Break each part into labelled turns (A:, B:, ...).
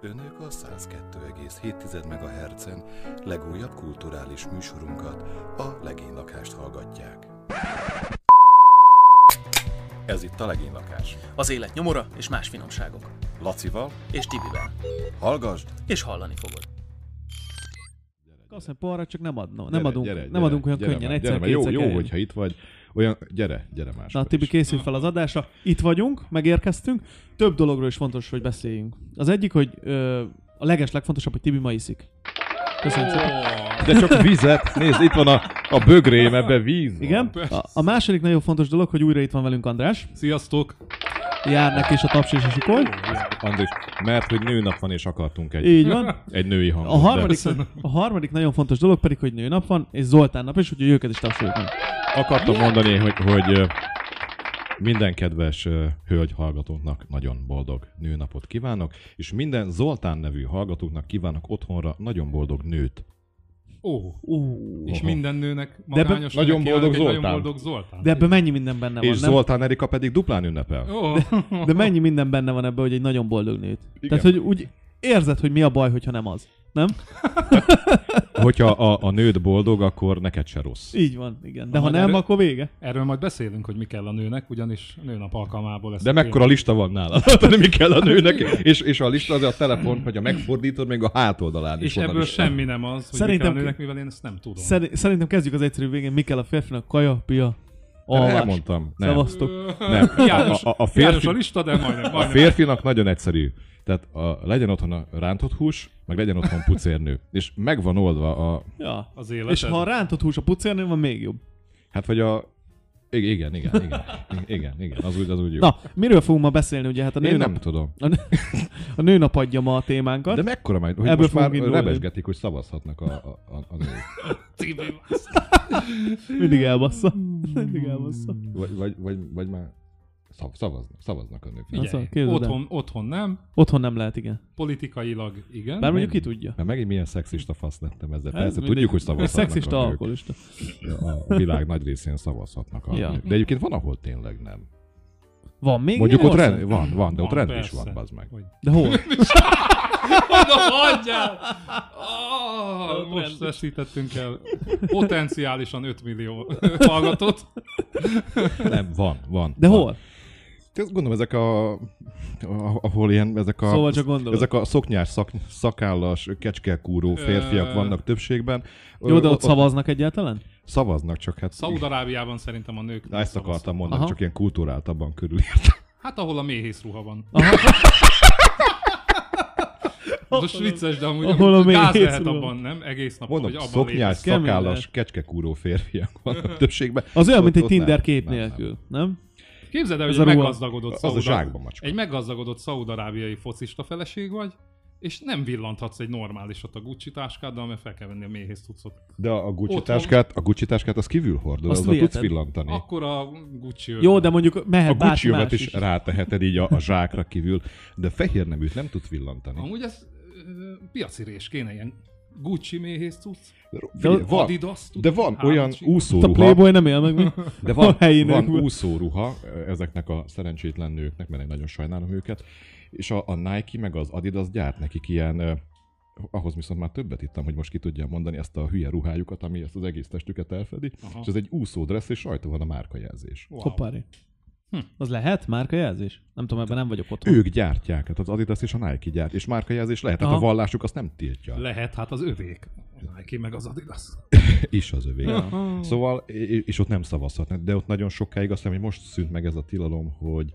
A: Önök a 102,7 MHz-en legújabb kulturális műsorunkat, a Legénylakást hallgatják. Ez itt a Legénylakás.
B: Az élet nyomora és más finomságok.
A: Lacival,
B: És Tibivel.
A: hallgassd!
B: És hallani fogod.
C: Azt hiszem, arra csak nem, adna, nem, adunk,
D: gyere,
C: nem adunk olyan
D: gyere
C: könnyen,
D: már,
C: egyszer
D: gyere, már.
C: kétszer
D: jó, jó,
C: kelljen.
D: hogyha itt vagy. Olyan, gyere, gyere máskor
C: Na, Tibi,
D: is.
C: készül fel az adásra. Itt vagyunk, megérkeztünk. Több dologról is fontos, hogy beszéljünk. Az egyik, hogy ö, a leges legfontosabb, hogy Tibi ma iszik. Köszönöm szépen.
D: De csak vizet, nézd, itt van a, a bögrém, ebbe víz van.
C: Igen. A, a második nagyon fontos dolog, hogy újra itt van velünk András.
E: Sziasztok!
C: Jár neki is a taps és a sikoly.
D: Andris, mert hogy nőnap van és akartunk egy,
C: Így van.
D: egy női hangot.
C: A harmadik,
D: de
C: a harmadik nagyon fontos dolog pedig, hogy nőnap van, és Zoltán nap is, úgyhogy őket is tapsoljuk meg.
D: Akartam mondani, hogy, hogy ö, minden kedves ö, hölgy hallgatónknak nagyon boldog nőnapot kívánok, és minden Zoltán nevű hallgatóknak kívánok otthonra nagyon boldog nőt.
E: Ó,
C: Ú,
E: és
D: Aha.
E: minden nőnek
C: ebben-
E: magányos
D: Nagyon
E: neki
D: boldog
E: egy Nagyon
D: Zoltán.
E: boldog Zoltán.
C: De ebben mennyi minden benne van,
D: És
C: nem?
D: Zoltán Erika pedig duplán ünnepel.
E: Ó,
C: De mennyi minden benne van ebben, hogy egy nagyon boldog nőt. Tehát, hogy úgy érzed, hogy mi a baj, hogyha nem az. Nem?
D: Hogyha a, a nőd boldog, akkor neked se rossz.
C: Így van, igen. De
E: Aha,
C: ha nem,
E: erő-
C: akkor vége.
E: erről majd beszélünk, hogy mi kell a nőnek, ugyanis nőnap alkalmából lesz.
D: De mekkora lista van nálad, tudod, mi kell
E: Hát,
D: a nőnek, és, és a lista az a telefon, hogyha megfordítod, még a hátoldalán is
E: És
D: van a
E: ebből
D: lista.
E: semmi nem az, hogy
C: Szerintem
E: Szerintem... mi kell a
C: ki-
E: nőnek, mivel én ezt nem tudom.
C: Szeri- szerintem kezdjük az egyszerű végén. Mi kell a férfinak? Kaja, pia, alvás.
D: Elmondtam. Nem.
C: Szevasztok.
D: nem. A,
E: Ah, János,
D: a, a,
E: János
D: férfi,
E: a lista, de majdnem.
D: a
E: majdnem.
D: férfinak nagyon egyszerű. Tehát a, legyen otthon a rántott hús, meg legyen otthon pucérnő. És meg van oldva a...
C: Ja.
E: Az életed.
C: És ha a rántott hús a pucérnél van, még jobb.
D: Hát vagy a... ig- Igen, igen, igen. Igen, igen, az úgy, az úgy jó.
C: Na, miről fogunk ma beszélni? Ugye hát a
D: Én
C: nőnap,
D: nem tudom.
C: a, nő- a nőnap adja ma a témánkat.
D: De mekkora majd, hogy
C: Ebből
D: most már
C: fogunk indulni.
D: rebesgetik, hogy szavazhatnak a, a, a, a nők.
E: Tibi,
C: Mindig elbassza. Mindig elbassza.
D: Vagy, vagy, vagy, vagy már szav, szavaznak, szavaznak a nők.
C: Igen.
E: figyelj,
C: képzeld el.
E: otthon, otthon nem,
C: Otthon nem lehet, igen.
E: politikailag igen.
C: Bár
E: Bár...
C: mondjuk ki tudja.
D: Mert megint milyen szexista fasz lettem ezzel. Persze,
C: mindig.
D: tudjuk, hogy szavazhatnak
C: Hát, Szexista,
D: a nők.
C: alkoholista.
D: A világ nagy részén szavazhatnak a
C: Ja.
D: nők. De egyébként van, ahol tényleg nem.
C: Van még?
D: Mondjuk
C: ilyen
D: ott
C: ország?
D: rend, van, van, de ott
E: Van,
D: rend is
E: persze.
D: van, bazd meg.
E: Hogy...
C: De hol?
E: Na, hagyjál! Ah, most veszítettünk el potenciálisan 5 millió hallgatót.
D: Nem, van, van.
C: De
D: van.
C: hol?
D: Te azt Gondolom ezek a, a- ahol ilyen, ezek a,
C: Szóval csak gondolod.
D: ezek a szoknyás, szak, szakállas, kecskelkúró férfiak
E: Ö.
D: vannak többségben.
C: Jó, de ott szavaznak egyáltalán?
D: Szavaznak csak, hát
E: Szaudarábiában szerintem a nők
D: Na, ezt akartam mondani,
C: Aha.
D: csak ilyen kulturáltabban körülírtam.
E: Hát ahol a méhész ruha van.
C: Aha.
E: Az most vicces, de amúgy
C: Ahol a
E: gáz
C: méhész
E: lehet
C: ruha.
E: abban, nem? Egész nap,
D: Mondom,
E: hogy abban
D: szoknyás,
E: létezik.
C: Kemény
D: szakállas,
C: lehet.
D: kecskekúró férfiak vannak többségben.
C: Az olyan,
D: Ott-
C: mint egy
D: ott nem.
C: Tinder kép
D: Nem, nem.
C: nélkül, nem?
E: Képzeld el,
C: Ez
E: hogy
C: a
E: egy
C: ruha.
E: meggazdagodott
D: Az a zsákban macska.
E: Egy meggazdagodott szaudarábiai focista feleség vagy, és nem villanthatsz egy normálisat a Gucci táskáddal, mert fel kell venni a méhész cuccot.
D: De a Gucci
E: Otthon.
D: táskát, a Gucci táskát az kívül hordod,
C: Azt
D: azt azzal tudsz
C: viheted.
D: villantani.
E: Akkor a Gucci
C: Jó, de mondjuk mehet
D: a
C: hát bárki
D: Gucci
C: más
D: is, is ráteheted így a, a zsákra kívül, de fehér neműt nem tudsz villantani.
E: Amúgy ez ö, piaci rés kéne ilyen Gucci méhész cucc,
D: De, van,
E: Adidas cucc,
D: de van
C: Hát,
E: három
D: olyan
E: csík.
C: A
D: úszóruha,
C: Playboy nem él meg. mi?
D: de van,
C: a helyi
D: van
C: nőkből.
D: úszóruha ezeknek a szerencsétlen nőknek, mert én nagyon sajnálom őket, és a, a Nike meg az Adidas gyárt nekik ilyen ö, ahhoz viszont már többet ittam, hogy most ki tudjam mondani ezt a hülye ruhájukat, ami ezt az egész testüket elfedi,
E: Aha.
D: és ez egy úszódressz, és rajta van a márkajelzés.
E: Wow.
C: Hoppári.
D: Hm.
C: Az lehet márkajelzés? Nem tudom, ebben nem vagyok otthon.
D: Ők gyártják, tehát az Adidas és a Nike gyárt, és márkajelzés lehet, tehát
C: Aha.
D: a vallásuk azt nem tiltja.
E: Lehet, hát az övék. A Nike meg az Adidas.
D: is az övé. Szóval, é- és ott nem szavazhatnak, de ott nagyon sokáig azt hiszem, hogy most szűnt meg ez a tilalom, hogy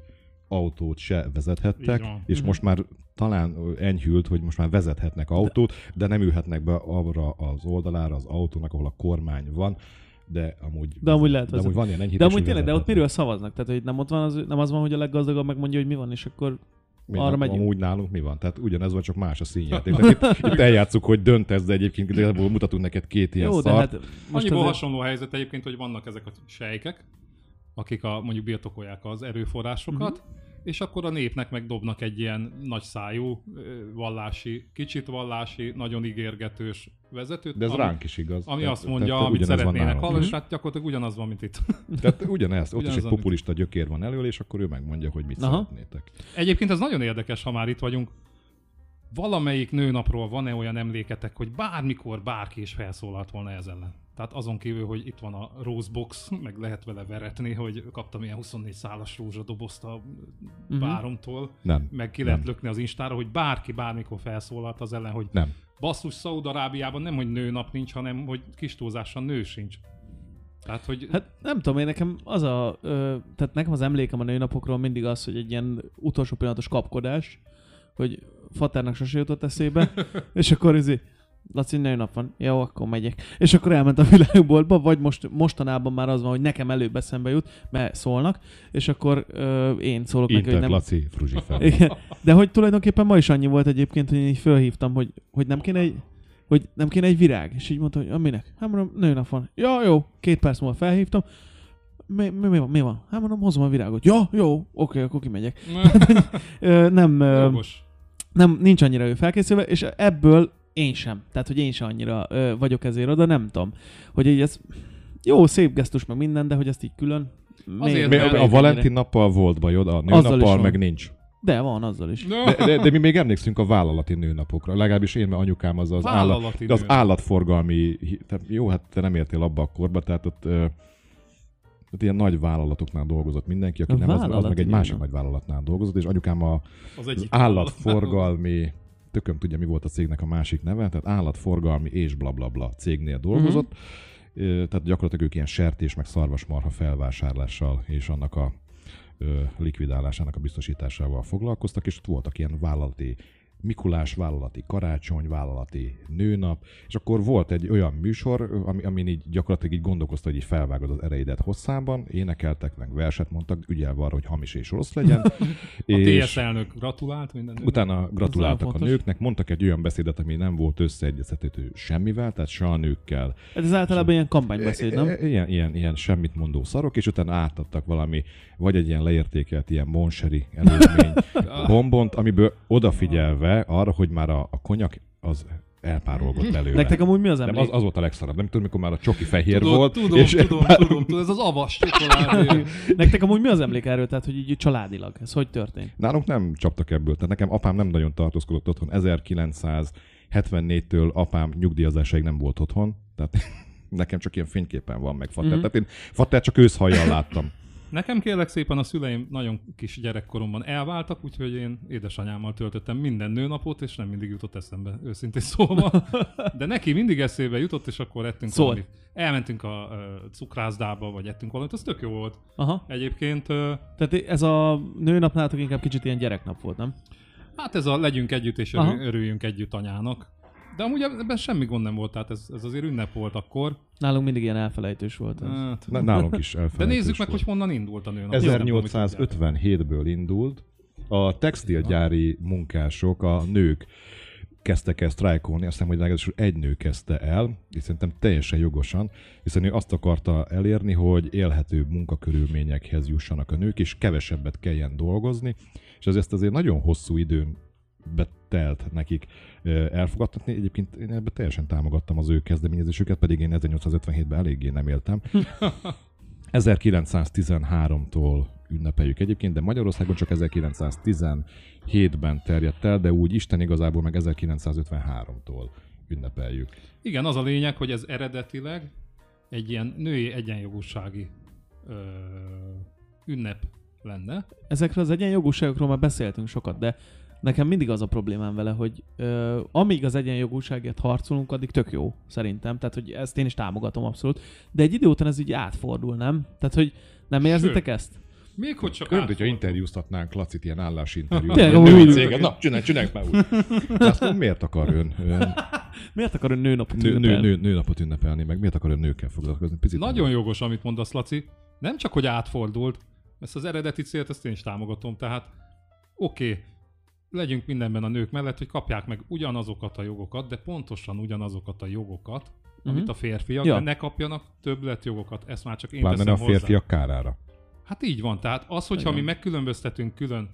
D: autót se vezethettek,
E: Így van.
D: és
C: Mhm.
D: most már talán ö, enyhült, hogy most már vezethetnek autót, de nem ülhetnek be arra az oldalára az autónak, ahol a kormány van, de amúgy,
C: De amúgy lehet
D: de
C: vezetni.
D: amúgy van ilyen enyhítés,
C: De amúgy
D: hogy
C: tényleg, de ott
D: vezethetnek.
C: miről szavaznak? Tehát, hogy nem ott van, az, nem az van, hogy a leggazdagabb megmondja, hogy mi van, és akkor...
D: Mi,
C: Arra
D: arra
C: megyünk.
D: megyünk. Amúgy nálunk mi van? Tehát ugyanez van, csak más a színjáték. Tehát itt, itt eljátszuk, hogy döntesz, de egyébként igazából mutatunk neked két ilyen
C: Jó, de
D: szart.
C: hát most
E: Annyiból
C: azért...
E: hasonló helyzet egyébként, hogy vannak ezek a sejkek, akik a, mondjuk birtokolják az erőforrásokat,
C: Mhm.
E: és akkor a népnek megdobnak egy ilyen nagy szájú, ö, vallási, kicsit vallási, nagyon ígérgetős vezetőt.
D: De ez
E: ami,
D: ránk is igaz.
E: Ami
D: Tehát-
E: azt mondja,
D: tehát
E: amit
D: ugyanez van
E: szeretnének
D: nálunk.
E: hallani,
C: Mhm.
E: és hát gyakorlatilag ugyanaz van, mint itt.
D: Tehát ugyanez, ott
E: Ugyanaz,
D: is egy
E: amit-
D: populista gyökér van elől, és akkor ő megmondja, hogy mit
C: Aha.
D: Aha. szeretnétek.
E: Egyébként ez nagyon érdekes, ha már itt vagyunk. valamelyik nőnapról van-e olyan emléketek, hogy bármikor bárki is felszólalt volna ez ellen? Tehát azon kívül, hogy itt van a rózbox, meg lehet vele veretni, hogy kaptam ilyen 24 szálas rózsadobozt a báromtól,
D: Nem.
E: meg ki lehet
D: Nem.
E: lökni az Instára, hogy bárki bármikor felszólalt az ellen, hogy
D: Nem.
E: basszus Szaudarábiában nem, hogy nőnap nincs, hanem hogy kis túlzással nő sincs. Tehát, hogy hát,
C: Hát nem tudom, én nekem az a, ö, tehát nekem az emlékem a nőnapokról mindig az, hogy egy ilyen utolsó pillanatos kapkodás, hogy fatárnak sose jutott eszébe, és akkor izé, Laci, nőnap van. Jó, akkor megyek. És akkor elment a világboltba, vagy most, mostanában már az van, hogy nekem előbb eszembe jut, mert szólnak, és akkor ö, én szólok neki, hogy
D: Inter
C: nem.
D: Laci Fruzsi fel.
C: Igen. De hogy tulajdonképpen ma is annyi volt egyébként, hogy én így fölhívtam, hogy, hogy nem kéne egy, hogy nem kéne egy virág. És így mondta, hogy "Ja, minek? Hát mondom, nőnap van. Ja, jó. Két perc múlva felhívtam. Mi, mi, mi van? Mi van? Hát mondom, hozom a virágot. Ja, jó. Oké, akkor kimegyek. Ö, nem, ö,
E: jogos.
C: nem, nincs annyira ő felkészülve, és ebből én sem. Tehát, hogy én sem annyira ö, vagyok ezért oda, nem tudom. Hogy így ez jó, szép gesztus, meg minden, de hogy ezt így külön.
E: Azért,
D: Mi,
E: mert-
D: a Valentin nappal volt bajod, a
C: Azzal is
D: nőnappal
C: van.
D: meg nincs.
C: De van, azzal is.
E: No.
D: De, de, de, mi még emlékszünk a vállalati nőnapokra. Legalábbis én, mert anyukám az az állat,
E: Vállalati
D: De az
E: nő.
D: állatforgalmi, hi- tehát jó, hát te nem értél abba a korba, tehát ott, ö, ott ilyen nagy vállalatoknál dolgozott mindenki, aki
C: A
D: nem, az, az
C: vállalati
D: meg egy
C: nőnap.
D: másik nagy vállalatnál dolgozott, és anyukám a,
E: az
D: az
E: egyik
D: állatforgalmi, tököm tudja, mi volt a cégnek a másik neve, tehát állatforgalmi és blablabla bla, bla cégnél dolgozott,
E: Mhm.
D: mm-hmm. tehát gyakorlatilag ők ilyen sertés, meg szarvasmarha felvásárlással és annak a ö, likvidálásának a biztosításával foglalkoztak, és ott voltak ilyen vállalati Mikulás vállalati karácsony, vállalati nőnap, és akkor volt egy olyan műsor, ö, ami, amin így gyakorlatilag így gondolkozta, hogy így felvágod az ereidet hosszában, énekeltek, meg verset mondtak, ügyelve arra, hogy hamis és rossz legyen.
E: A TS elnök gratulált minden.
D: Utána gratuláltak a
C: fontos.
D: nőknek, mondtak egy olyan beszédet, ami nem volt összeegyeztethető semmivel, tehát se a nőkkel.
C: Ez általában ilyen kampánybeszéd, nem?
D: E- Ilyen, ilyen, ilyen semmit mondó szarok, és utána átadtak valami, vagy egy ilyen leértékelt, ilyen monseri előzmény bombont, amiből odafigyelve arra, hogy már a, a konyak az elpárolgott belőle.
C: Nektek amúgy mi az
D: nem,
C: emlék?
D: az, az volt a legszarabb, nem tudom, mikor már a csoki fehér
E: Tudod,
D: volt,
E: tudom,
D: és
E: tudom, tudom, tudom, ez az avas csokoládé.
C: Nektek amúgy mi az emlék erről, tehát hogy így családilag? Ez hogy történt?
D: Nálunk nem csaptak ebből, tehát nekem apám nem nagyon tartózkodott otthon. 1974-től apám nyugdíjazásáig nem volt otthon, tehát nekem csak ilyen fényképen van meg Fater.
C: Mhm.
D: Mm-hmm. Tehát én Fater csak őszhajjal láttam.
E: Nekem kérlek szépen a szüleim nagyon kis gyerekkoromban elváltak, úgyhogy én édesanyámmal töltöttem minden nőnapot, és nem mindig jutott eszembe, őszintén szólva. De neki mindig eszébe jutott, és akkor ettünk
C: Szólt.
E: valamit. Elmentünk a uh, cukrászdába, vagy ettünk valamit, az tök jó volt.
C: Aha.
E: Egyébként ö,
C: Tehát ez a nőnap nálatok inkább kicsit ilyen gyereknap volt, nem?
E: Hát ez a legyünk együtt és
C: Aha.
E: örül, örüljünk együtt anyának. De amúgy ebben semmi gond nem volt, tehát ez, ez azért ünnep volt akkor.
C: Nálunk mindig ilyen elfelejtős volt ez.
E: Hát,
D: Na- Nálunk is
E: de
D: elfelejtős
E: nézzük meg,
D: volt.
E: hogy honnan indult a nőnap. Azt nem tudom, mit
D: 1857-ből indult. A textilgyári munkások, a nők kezdtek el sztrájkolni, azt hiszem, hogy legalábbis egy nő kezdte el, és szerintem teljesen jogosan, hiszen ő azt akarta elérni, hogy élhetőbb munkakörülményekhez jussanak a nők, és kevesebbet kelljen dolgozni, és ez ezt azért nagyon hosszú időn betelt nekik ö, elfogadtatni. Egyébként én ebben teljesen támogattam az ő kezdeményezésüket, pedig én 1857-ben eléggé nem éltem. 1913-tól ünnepeljük egyébként, de Magyarországon csak 1917-ben terjedt el, de úgy Isten igazából meg 1953-tól ünnepeljük.
E: csinálják. Igen, az a lényeg, hogy ez eredetileg egy ilyen női egyenjogúsági ö, ünnep lenne.
C: Ezekről az egyenjogúságokról már beszéltünk sokat, de nekem mindig az a problémám vele, hogy ö, amíg az egyenjogúságért harcolunk, addig tök jó, szerintem. Tehát, hogy ezt én is támogatom abszolút. De egy idő után ez így átfordul, nem? Tehát, hogy nem érzitek ezt?
E: Még hogy csak
D: Körülbelül,
E: átfordul.
D: hogyha interjúztatnánk Lacit ilyen állásinterjút.
C: Tényleg,
D: Ilyen
C: amúgy
D: női
C: úgy-
D: cégen, na csinálj, csinálj már úgy. De azt mondom, miért akar ön, ön
C: Miért akar ön nőnapot
D: nő, nő,
C: ünnepelni?
D: nő, nőnapot ünnepelni, meg miért akar ön nőkkel foglalkozni? Picit
E: Nagyon jogos, amit mondasz, Laci. Nem csak, hogy átfordult, ezt az eredeti célt, ezt én is támogatom, tehát oké, okay, legyünk mindenben a nők mellett, hogy kapják meg ugyanazokat a jogokat, de pontosan ugyanazokat a jogokat,
C: Mhm.
E: amit a férfiak,
C: Ja.
E: ja. de ne kapjanak többletjogokat, ezt már csak én
D: Pláne ne
E: teszem
D: a
E: hozzá.
D: férfiak kárára.
E: Hát így van, tehát az, hogyha
C: Igen.
E: mi megkülönböztetünk külön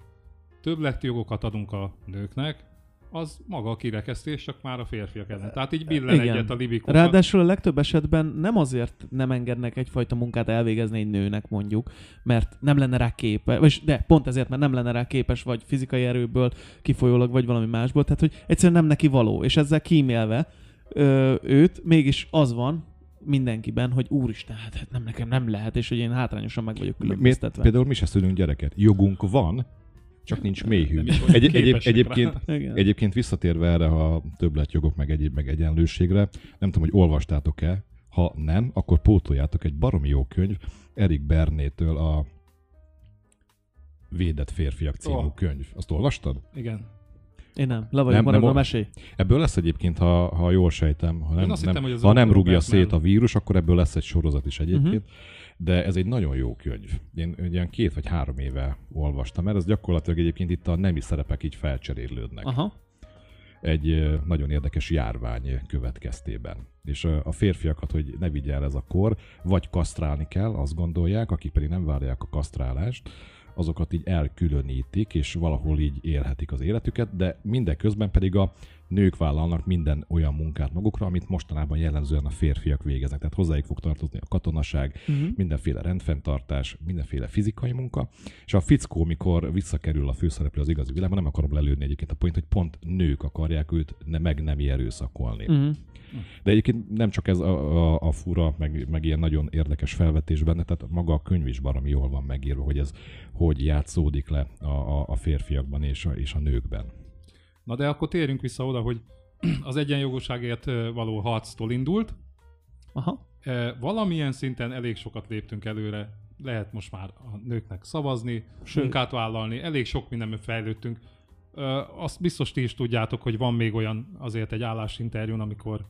E: többletjogokat adunk a nőknek, az maga a kirekesztés, csak már a férfiak ellen. Tehát így billen
C: Igen.
E: egyet a libikukat.
C: Ráadásul a legtöbb esetben nem azért nem engednek egyfajta munkát elvégezni egy nőnek mondjuk, mert nem lenne rá képes, vagy de pont ezért, mert nem lenne rá képes, vagy fizikai erőből kifolyólag, vagy valami másból, tehát hogy egyszerűen nem neki való, és ezzel kímélve ö, őt, mégis az van mindenkiben, hogy úristen, hát, hát nem nekem nem lehet, és hogy én hátrányosan meg vagyok
D: Miért,
C: különböztetve.
D: például mi se szülünk gyereket. Jogunk van, csak nincs méhű.
E: Nem is vagyunk
D: Egy, egyéb,
E: képesek rá.
D: egyébként,
C: Igen.
D: Egyébként visszatérve erre a többletjogok, meg egyéb, meg egyenlőségre, nem tudom, hogy olvastátok-e, ha nem, akkor pótoljátok egy baromi jó könyv Erik Bernétől a Védett férfiak című
E: Oh.
D: könyv. Azt olvastad?
E: Igen.
C: Én nem, le vagyok
D: Nem,
C: maradva,
D: nem-
C: mesélj.
D: Ebből lesz egyébként, ha, ha jól sejtem, ha nem,
E: azt
D: nem,
E: hittem, hogy az
D: ha nem
E: Oliver
D: rúgja
E: Batman.
D: szét a vírus, akkor ebből lesz egy sorozat
E: Mhm.
D: is egyébként. Uh-huh. De ez egy nagyon jó könyv. Én ilyen két vagy három éve olvastam, mert ez gyakorlatilag egyébként itt a nemi szerepek így felcserélődnek.
C: Aha.
D: egy ö, nagyon érdekes járvány következtében. És ö, a férfiakat, hogy ne vigye el ez a kor, vagy kasztrálni kell, azt gondolják, akik pedig nem várják a kasztrálást, azokat így elkülönítik, és valahol így élhetik az életüket, de mindeközben pedig a nők vállalnak minden olyan munkát magukra, amit mostanában jellemzően a férfiak végeznek. Tehát hozzájuk fog tartozni a katonaság, uh-huh. mindenféle rendfenntartás, mindenféle fizikai munka. És a fickó, mikor visszakerül a főszereplő az igazi világban, nem akarom lelőni egyébként a point, hogy pont nők akarják őt ne, meg nem erőszakolni.
C: Mhm.
D: De egyébként nem csak ez a, a, a fura, meg, meg ilyen nagyon érdekes felvetés benne, tehát maga a könyv is baromi jól van megírva, hogy ez hogy játszódik le a, a, a férfiakban és a, és a nőkben.
E: Na de akkor térjünk vissza oda, hogy az egyenjogúságért ö, való harctól indult.
C: Aha.
E: E, Valamilyen szinten elég sokat léptünk előre. Lehet most már a nőknek szavazni, Sőt. munkát vállalni, elég sok mindenben fejlődtünk. Ö, Azt biztos ti is tudjátok, hogy van még olyan azért egy állásinterjún, amikor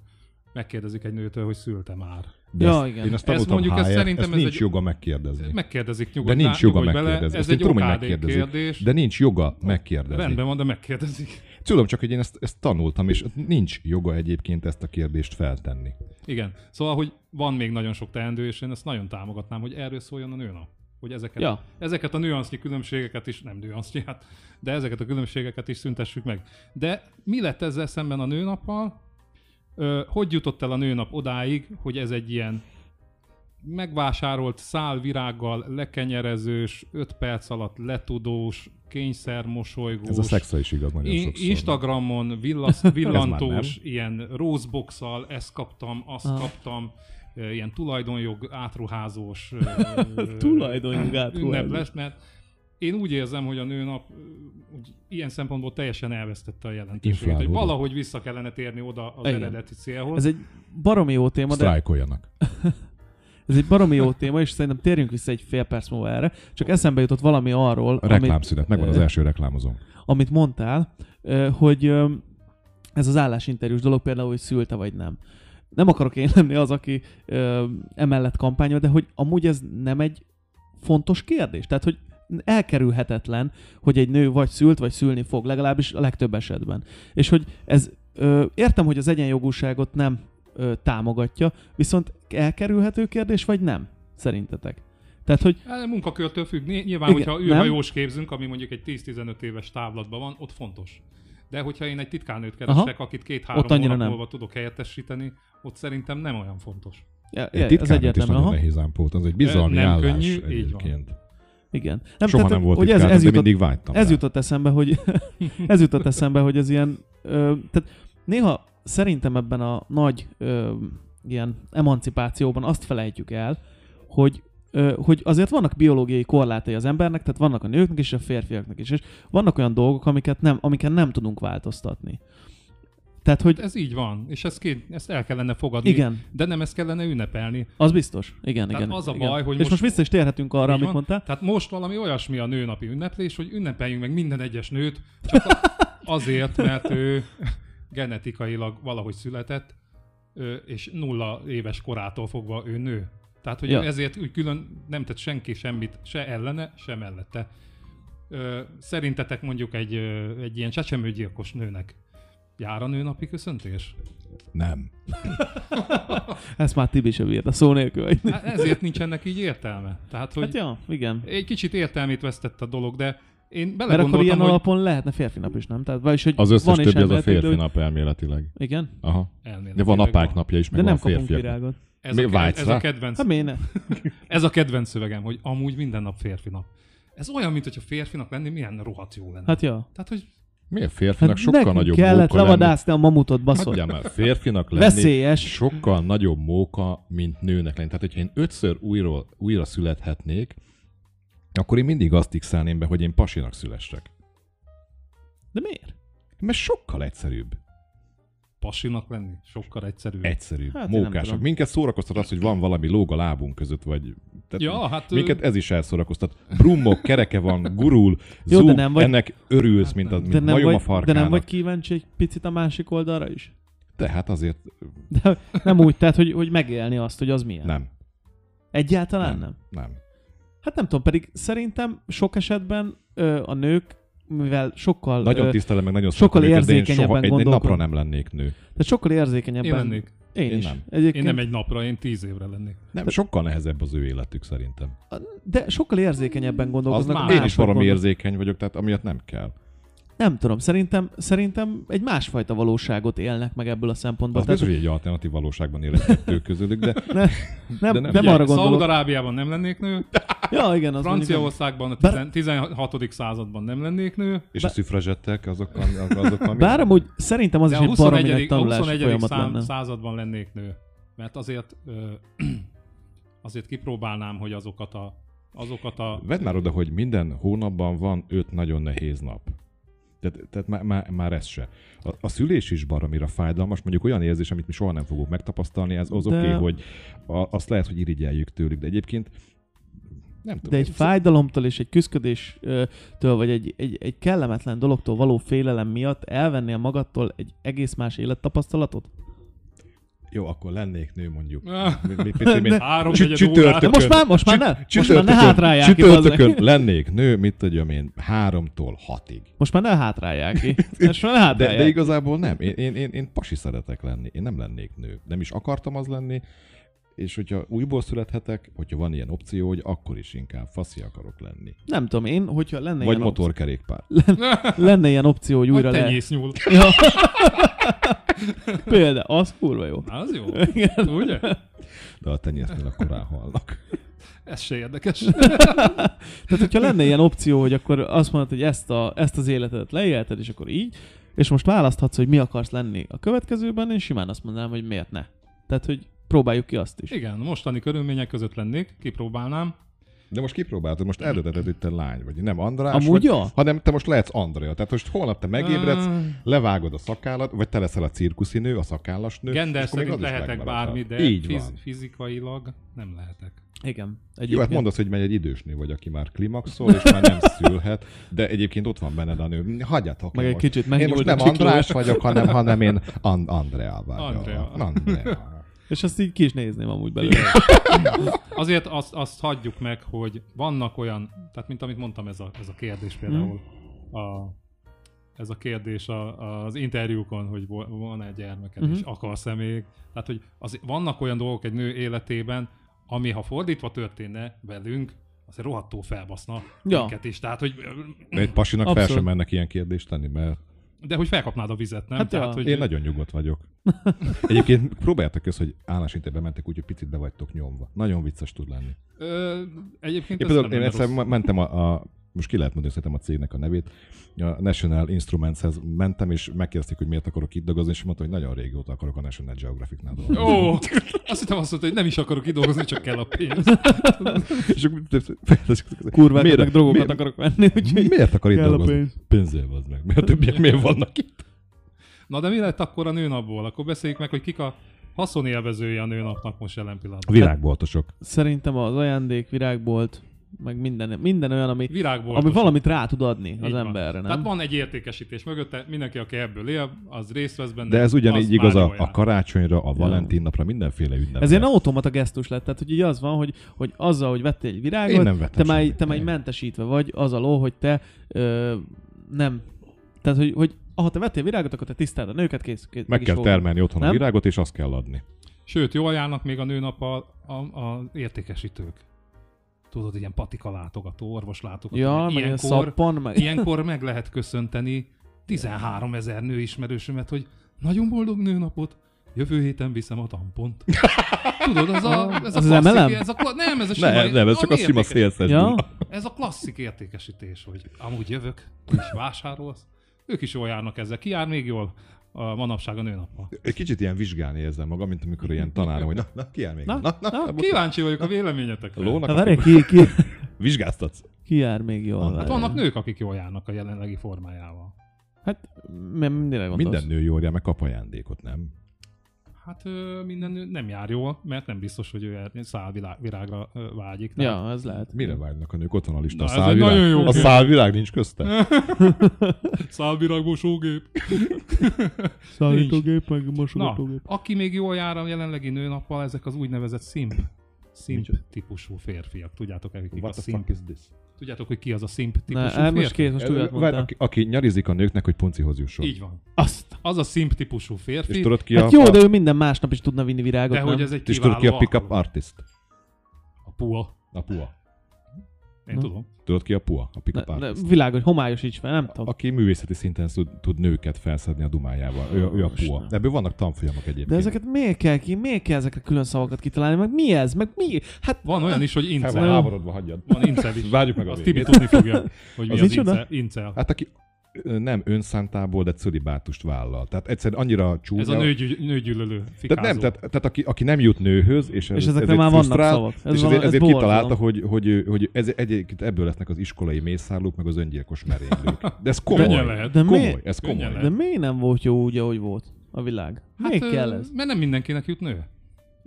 E: megkérdezik egy nőtől, hogy szülte már.
D: De
C: Ja,
D: ezt,
C: igen.
D: Én ezt
E: Ezt
D: tanultam
E: mondjuk, ezt
D: HR,
E: szerintem
D: ezt
E: ez
D: nincs
E: egy-
D: joga megkérdezni.
E: Megkérdezik
D: de
E: nyugodtan.
D: nincs joga
E: nyugodj bele,
D: megkérdezni.
E: Ez
D: Ezt
E: egy
D: én tudom, hogy
E: OKD
D: megkérdezik.
E: kérdés.
D: De nincs joga megkérdezni.
E: Rendben van, de megkérdezik.
D: Tudom csak, hogy én ezt, ezt tanultam, és nincs joga egyébként ezt a kérdést feltenni.
E: Igen. Szóval, hogy van még nagyon sok teendő, és én ezt nagyon támogatnám, hogy erről szóljon a nőnap. Hogy ezeket,
C: Ja.
E: ezeket a nüansznyi különbségeket is, nem nüansznyi, hát, de ezeket a különbségeket is szüntessük meg. De mi lett ezzel szemben a nőnappal? Ö, hogy jutott el a nőnap odáig, hogy ez egy ilyen megvásárolt szálvirággal lekenyerezős, 5 perc alatt letudós, kényszermosolygós,
D: Ez a szexre is igaz nagyon
E: I-
D: sokszor.
E: Instagramon villasz, villantós, ilyen rózboxal, ezt kaptam, azt
C: Ah.
E: ah. kaptam, ö, ilyen tulajdonjog átruházós ö, ö,
C: Tulajdonjog
E: ünnep
C: átruházós.
E: lesz, mert én úgy érzem, hogy a nőnap ö, úgy, ilyen szempontból teljesen elvesztette a jelentőségét, hogy
D: Inflálódott.
E: valahogy vissza kellene térni oda az
C: Igen.
E: Igen. eredeti célhoz.
C: Ez egy baromi jó téma, de
D: Sztrájkoljanak.
C: Ez egy baromi jó téma, és szerintem térjünk vissza egy fél perc múlva erre. Csak eszembe jutott valami arról,
D: A
C: amit,
D: reklámszünet, megvan az első reklámozónk.
C: amit mondtál, ö, hogy ö, ez az állásinterjús dolog például, hogy szülte vagy nem. Nem akarok én lenni az, aki ö, emellett kampányol, de hogy amúgy ez nem egy fontos kérdés. Tehát, hogy elkerülhetetlen, hogy egy nő vagy szült, vagy szülni fog, legalábbis a legtöbb esetben. És hogy ez, ö, értem, hogy az egyenjogúságot nem ö, támogatja, viszont elkerülhető kérdés, vagy nem, szerintetek? Tehát, hogy
E: Hát, Munkakörtől függ. Ny- Nyilván,
C: Igen,
E: Igen, hogyha
C: nem?
E: űrhajós képzünk, ami mondjuk egy 10-15 éves távlatban van, ott fontos. De hogyha én egy titkárnőt keresek, akit két-három
C: Ott annyira
E: hónap
C: nem.
E: múlva tudok helyettesíteni, ott szerintem nem olyan fontos.
C: Ja,
D: Egy
C: ja,
D: titkárnőt is
C: egyértelmű,
D: nagyon
C: aha.
D: nehéz ámpolt, az egy bizalmi
E: Ö, nem
D: állás
E: könnyű, így van.
D: egyébként.
C: Igen.
D: Nem, Soha nem volt
C: hogy
D: titkár,
C: ez,
D: ez,
C: ez,
D: de
C: jutott,
D: mindig vágytam
C: ez
D: rá.
C: jutott eszembe, hogy ez jutott eszembe, hogy ez ilyen, ö, tehát néha szerintem ebben a nagy ö, ilyen emancipációban azt felejtjük el, hogy ö, hogy azért vannak biológiai korlátai az embernek, tehát vannak a nőknek és a férfiaknak is, és vannak olyan dolgok, amiket nem, amiket nem tudunk változtatni. Tehát, hogy
E: Hát Ez így van, és ezt, ki, ezt el kellene fogadni.
C: igen,
E: De nem ezt kellene ünnepelni.
C: az biztos. Igen,
E: Tehát
C: igen.
E: az a
C: igen.
E: baj, hogy
C: és most,
E: most-
C: most vissza is térhetünk arra,
E: Így
C: amit
E: van.
C: mondtál.
E: Tehát most valami olyasmi a nőnapi ünneplés, hogy ünnepeljünk meg minden egyes nőt, csak a- azért, mert ő genetikailag valahogy született, ö, és nulla éves korától fogva ő nő. Tehát, hogy
C: Ja.
E: ja. ezért úgy külön nem tett senki semmit, se ellene, se mellette. Ö, Szerintetek mondjuk egy, ö, egy ilyen csecsemőgyilkos nőnek jár a nőnapi köszöntés?
D: Nem.
C: Ezt már Tibi sem bírta szó nélkül. vagy.
E: Hát ezért nincs ennek így értelme. Tehát, hogy
C: Hát ja, igen.
E: Egy kicsit értelmét vesztett a dolog, de Én
C: Mert akkor ilyen
E: belegondoltam,
C: hogy...
E: hogy...
C: alapon lehetne férfi nap is, nem? Tehát vagyis, hogy
D: Az összes
C: van is
D: többi az a
C: elméletileg,
D: férfi
C: de
D: nap elméletileg.
C: Hogy... Igen?
D: Aha.
E: Elméletileg
D: De van apák
E: van.
D: napja is,
C: De
D: meg
C: nem
D: van
C: kapunk
D: férfiak.
C: virágot.
E: Ez,
D: Mi,
E: a, ke-
D: vágysz
E: ez,
D: rá?
E: a kedvenc,
C: Hát miért ne?
E: ez a kedvenc szövegem, hogy amúgy minden nap férfi nap. Ez olyan, mint hogyha férfinak lenni, milyen rohadt jó lenne.
C: Hát ja.
E: Tehát, hogy
D: Miért
C: Hát
D: férfinak sokkal
C: nekünk
D: nagyobb
C: kellett
D: móka lenni?
C: lavadászni a mamutot, baszol.
D: Mondjál már, férfinak lenni
C: Veszélyes.
D: sokkal nagyobb móka, mint nőnek lenni. Tehát, hogyha én ötször újra, újra születhetnék, akkor én mindig azt ixelném be, hogy én pasinak szülessek.
C: De miért?
D: Mert sokkal egyszerűbb.
E: pasinak lenni sokkal egyszerűbb.
D: Egyszerűbb,
C: Hát én
D: hát
C: nem
D: mókásabb.
C: tudom.
D: Minket szórakoztat az, hogy van valami lóg a lábunk között, vagy... Tehát
E: Ja, hát ö,
D: Minket ez is elszórakoztat. Brummok, kereke van, gurul,
C: Jó,
D: Jó,
C: de
D: zúg,
C: nem vagy- Hát,
D: ennek örülsz, mint, az,
C: De
D: mint
C: nem,
D: majom a
C: vagy, de
D: farkának.
C: nem vagy kíváncsi egy picit a másik oldalra is?
D: Tehát azért
C: De nem úgy, tehát, hogy, hogy megélni azt, hogy az milyen.
D: nem,
C: Egyáltalán nem. nem.
D: nem.
C: Hát nem tudom, pedig szerintem sok esetben ö, a nők, mivel sokkal,
D: Nagyon
C: ö,
D: tisztelem, meg nagyon
C: sokkal
D: szeretem őket, de én
C: érzékenyebben
D: soha, egy, egy napra
C: gondolkod-
D: nem lennék nő.
C: tehát sokkal
E: én
C: érzékenyebben.
E: lennék.
C: Én,
D: Én
C: is.
D: nem.
C: Egyébként,
E: Én nem egy napra, én tíz évre lennék.
D: Nem, sokkal nehezebb az ő életük szerintem.
C: De sokkal érzékenyebben
D: Az
C: gondolkoznak.
E: már-
C: a
D: én is
C: mások
D: valami
C: gondol-
D: érzékeny vagyok, tehát amiatt nem kell.
C: Nem tudom, szerintem, szerintem egy másfajta valóságot élnek meg ebből a szempontból.
D: Az biztos, hogy egy alternatív valóságban él egy kettő közülük, de
C: nem,
D: de
C: nem,
D: nem.
C: nem
D: Ugye,
C: arra gondolok.
E: Szaúd-Arábiában nem lennék nő,
C: Ja, igen, az mondjuk-
E: Franciaországban a tizen- 16. században nem lennék nő,
D: és a szüfrazettek azokkal, azokkal
C: Bár amúgy szerintem az
E: de
C: is
E: a
C: egy baromi nagy
E: 21. a
C: tanulási
E: 21.
C: folyamat
E: Szám,
C: lenne.
E: században lennék nő. Mert azért ö, azért kipróbálnám, hogy azokat a azokat a...
D: Vedd már oda, hogy minden hónapban van öt nagyon nehéz nap. Tehát, tehát már, már, már ez se. A, a szülés is baromira fájdalmas, mondjuk olyan érzés, amit mi soha nem fogunk megtapasztalni, ez az
C: De-
D: oké, okay, hogy a, azt lehet, hogy irigyeljük tőlük, de egyébként nem tudom.
C: De egy
D: én-
C: fájdalomtól és egy küzdködéstől, vagy egy, egy, egy kellemetlen dologtól való félelem miatt elvennél magadtól egy egész más élettapasztalatot?
D: Jó, akkor lennék nő mondjuk.
E: Ah.
D: Mi, mi, mit, mi,
E: Három
D: Csü-
E: negyed
D: csütörtök.
E: órát.
C: De Hát most már, most már
D: Csü-
C: ne, most már ne hátrálják ki, bazzeg.
D: csütörtökön lennék nő, mit tudjam én, háromtól hatig.
C: Most már ne hátrálják ki. Most már ne
D: De,
C: hátrálják
D: de igazából nem. Én, én, én, én pasi szeretek lenni. Én nem lennék nő. Nem is akartam az lenni. És hogyha újból születhetek, hogyha van ilyen opció, hogy akkor is inkább faszi akarok lenni.
C: Nem tudom, én, hogyha lenne,
D: Vagy
C: ilyen, opció,
D: motorkerékpár.
C: lenne ilyen opció, hogy újra
E: Újra
C: le...
E: tenyésznyúl.
C: Ja. Példa, az kurva jó.
E: Na, az jó. Ugye?
D: De a tenyésznél akkor ráhalnak.
E: Ez se érdekes.
C: Tehát, hogyha lenne ilyen opció, hogy akkor azt mondod, hogy ezt, a, ezt az életedet leélted, és akkor így, és most választhatsz, hogy mi akarsz lenni a következőben, én simán azt mondanám, hogy miért ne. Tehát, hogy próbáljuk ki azt is.
E: Igen, mostani körülmények között lennék, kipróbálnám.
D: De most kipróbáltad, most eredeted itt te lány vagy. Nem András
C: Amúgy
D: vagy,
C: ja.
D: hanem te most lehetsz Andrea. Tehát most holnap te megébredsz,
E: Ah.
D: levágod a szakállat, vagy te leszel a cirkuszi nő, a szakállas nő.
E: Gender
D: és akkor még
E: szerint
D: az is
E: lehetek
D: megmaradhat.
E: bármi, de
D: Így
E: fiz-
D: van.
E: fizikailag nem lehetek.
C: Igen.
D: Jó, hát mondasz, hogy megy egy idős nő vagy, aki már klimaxol, és már nem szülhet, de egyébként ott van benned a nő. Hagyjatok
C: Meg
D: én
C: egy
D: most.
C: kicsit
D: Én most
C: megnyúlt a
D: nem
C: csikló.
D: András vagyok, hanem, hanem én An- Andrea vagyok.
E: Andrea.
D: Andrea.
C: És azt így ki is nézném amúgy belőle.
E: Azért azt, azt hagyjuk meg, hogy vannak olyan, tehát mint amit mondtam, ez a, ez a kérdés
D: Mhm.
E: például, a, ez a kérdés a, az interjúkon, hogy vo- van-e gyermeked,
C: Mhm.
E: és akarsz-e még. Tehát, hogy az, vannak olyan dolgok egy nő életében, ami ha fordítva történne velünk, az egy rohadtó felbaszna
C: Ja.
E: ja. minket is. Tehát, hogy,
D: De egy pasinak
C: Abszolút.
D: fel sem mennek ilyen kérdést tenni, mert
E: de hogy felkapnád a vizet, nem?
C: Hát ja.
E: Tehát, hogy
D: én nagyon nyugodt vagyok. Egyébként próbáltak össze, hogy állásintébe mentek, úgyhogy picit be vagytok nyomva. Nagyon vicces tud lenni.
E: Ö, egyébként
D: Én
E: ez
D: például
E: nem
D: én
E: lenne
D: egyszer
E: rossz.
D: me- mentem a, a most ki lehet mondani szerintem a cégnek a nevét, a National Instrumentshez mentem, és megkérdezték, hogy miért akarok itt dolgozni, és mondta, hogy nagyon régóta akarok a National Geographic-nál dolgozni.
E: Ó, azt hittem azt mondta, hogy nem is akarok kidolgozni, csak kell a pénz.
D: És akkor kérdezik,
C: Kurvákat,
D: miért-
C: meg drogokat
D: miért-
C: akarok venni, úgyhogy...
D: Miért akar itt
C: kell a
D: dolgozni?
C: pénz.
D: Pénzél az meg, mert a többiek miért vannak itt?
E: Na de mi lett akkor a nőnapból? Akkor beszéljük meg, hogy kik a haszonélvezői a nőnapnak most jelen pillanatban.
D: Világboltosok.
C: Szerintem az ajándék, virágbolt, meg minden, minden olyan, ami,
E: Virágból.
C: ami valamit rá tud adni az
E: Így van.
C: emberre, nem?
E: Tehát van egy értékesítés mögötte, mindenki, aki ebből él, az részt vesz benne.
D: De ez ugyanígy
E: az
D: igaz
E: már
D: a,
E: jó
D: a
E: jár.
D: karácsonyra, a Valentin napra, mindenféle ünnepre.
C: Ez ilyen automata gesztus lett, tehát hogy így az van, hogy, hogy azzal, hogy vettél egy virágot,
D: Én nem vettem
C: te, már,
D: semmit.
C: te már így
D: Én.
C: mentesítve vagy az alól, hogy te ö, nem. Tehát, hogy, hogy ha te vettél virágot, akkor te tisztáld a nőket, kész. kész
D: Meg
C: is
D: kell
C: volt.
D: termelni otthon a
C: Nem?
D: virágot, és azt kell adni.
E: Sőt, jól járnak még a nőnap a, a, a értékesítők. tudod, ilyen patika látogató, orvos látogató.
C: Ja, meg ilyen
E: ilyenkor,
C: szappan, meg...
E: ilyenkor meg lehet köszönteni 13 ezer nő ismerősömet, hogy nagyon boldog nőnapot, jövő héten viszem a tampont. Tudod, az a, ez a
C: Az az
E: klasszik-
C: MLM?
E: Ez a, kla- nem, ez a sima,
D: Nem, nem, ez csak a
E: ami
D: sima
E: értékes-
D: szélszes
C: Ja?
E: ez a klasszik értékesítés, hogy amúgy jövök, te is vásárolsz. Ők is jól járnak ezzel. Ki jár még jól a manapság a nőnappal?
D: Egy kicsit ilyen vizsgálni érzem magam, mint amikor ilyen tanárom, hogy na, na, ki elmégy?
C: Na,
D: Na, na, na,
C: na,
E: Kíváncsi vagyok a véleményetekre.
D: lónak
C: Na
D: a
C: várj, ki, ki,
D: Vizsgáztatsz.
C: ki jár még jól?
D: Hát
E: Hát
C: várj.
E: vannak nők, akik jól járnak a jelenlegi formájával.
C: Hát, mi- mindenre gondolsz.
D: Minden nő jól jár, meg kap ajándékot, nem?
E: Hát ö, minden nő nem jár jól, mert nem biztos, hogy ő er- szálvirágra vágyik. nem?
C: Ja, ez lehet.
D: Mire vágynak a nők? Ott van a lista. a
E: Na, ez egy
D: szálvirág.
E: nagyon jó
D: a
E: kérdés.
D: szálvirág nincs
C: Hm.
D: közte.
E: Szálvirág mosógép.
C: Szállítógép, meg
E: Na,
C: mosogatógép.
E: aki még jól jár a jelenlegi nőnappal, ezek az úgynevezett szimp. Szimp típusú férfiak. Tudjátok, akik a szimp.
D: is this?
E: Tudjátok, hogy ki az a szimp típusú
C: Na,
E: férfi?
C: el most két, most újat
D: Várj,
C: mondtál.
D: aki, aki nyarizik a nőknek, hogy puncihoz jusson.
E: Így van.
C: Azt.
E: Az a szimp típusú férfi,
D: És tudod ki
C: Hát
D: a,
C: jó, de ő minden másnap is tudna vinni virágot,
E: de
C: nem?
E: hogy ez egy
D: és tudod
E: kiváló
D: ki a pickup
E: alkalom.
D: artist?
E: A pua.
D: A pua.
E: Én
C: Na.
E: tudom.
D: Tudod ki a pua? A pickup
C: Ne, ne,
D: artist.
C: világos, homályos így fel, nem tudom.
D: Aki művészeti szinten tud, tud nőket felszedni a dumájával. Ő, ő a pua.
C: Istenem.
D: Ebből vannak tanfolyamok egyébként.
C: De ezeket miért kell ki, miért kell ezekre külön szavakat kitalálni, meg mi ez, meg mi? Hát
E: Van olyan is, hogy
D: Fel van
E: incel.
D: háborodva, hagyjad.
E: Van incel is.
D: Várjuk meg a
E: Azt Tibi
D: végét.
E: tudni fogja, hogy mi
C: Az
E: az,
C: micsoda?
E: incel. incel.
D: Hát aki ö, nem önszántából, de cölibátust vállal. Tehát egyszerűen annyira csúnya.
E: Ez a nőgyű, nőgyűlölő fikázó.
D: Tehát Hát nem, tehát, tehát aki, aki nem jut nőhöz, és, ez,
C: És ezekre
D: ezért
C: már vannak
D: frusztrál,
C: szavak. Ez
D: és
C: vala-
D: ezért,
C: ez
D: ezért
C: borzalom.
D: kitalálta, hogy, hogy, hogy ez, egyébként ebből lesznek az iskolai mészárlók, meg az öngyilkos merénylők. De ez komoly.
E: Könnyen lehet.
C: De mi?
D: Komoly, ez
E: Könnyen
D: komoly.
E: lehet.
C: De miért nem volt jó úgy, ahogy volt a világ? Hát, miért
E: ö,
C: kell ez?
E: Mert nem mindenkinek jut nő.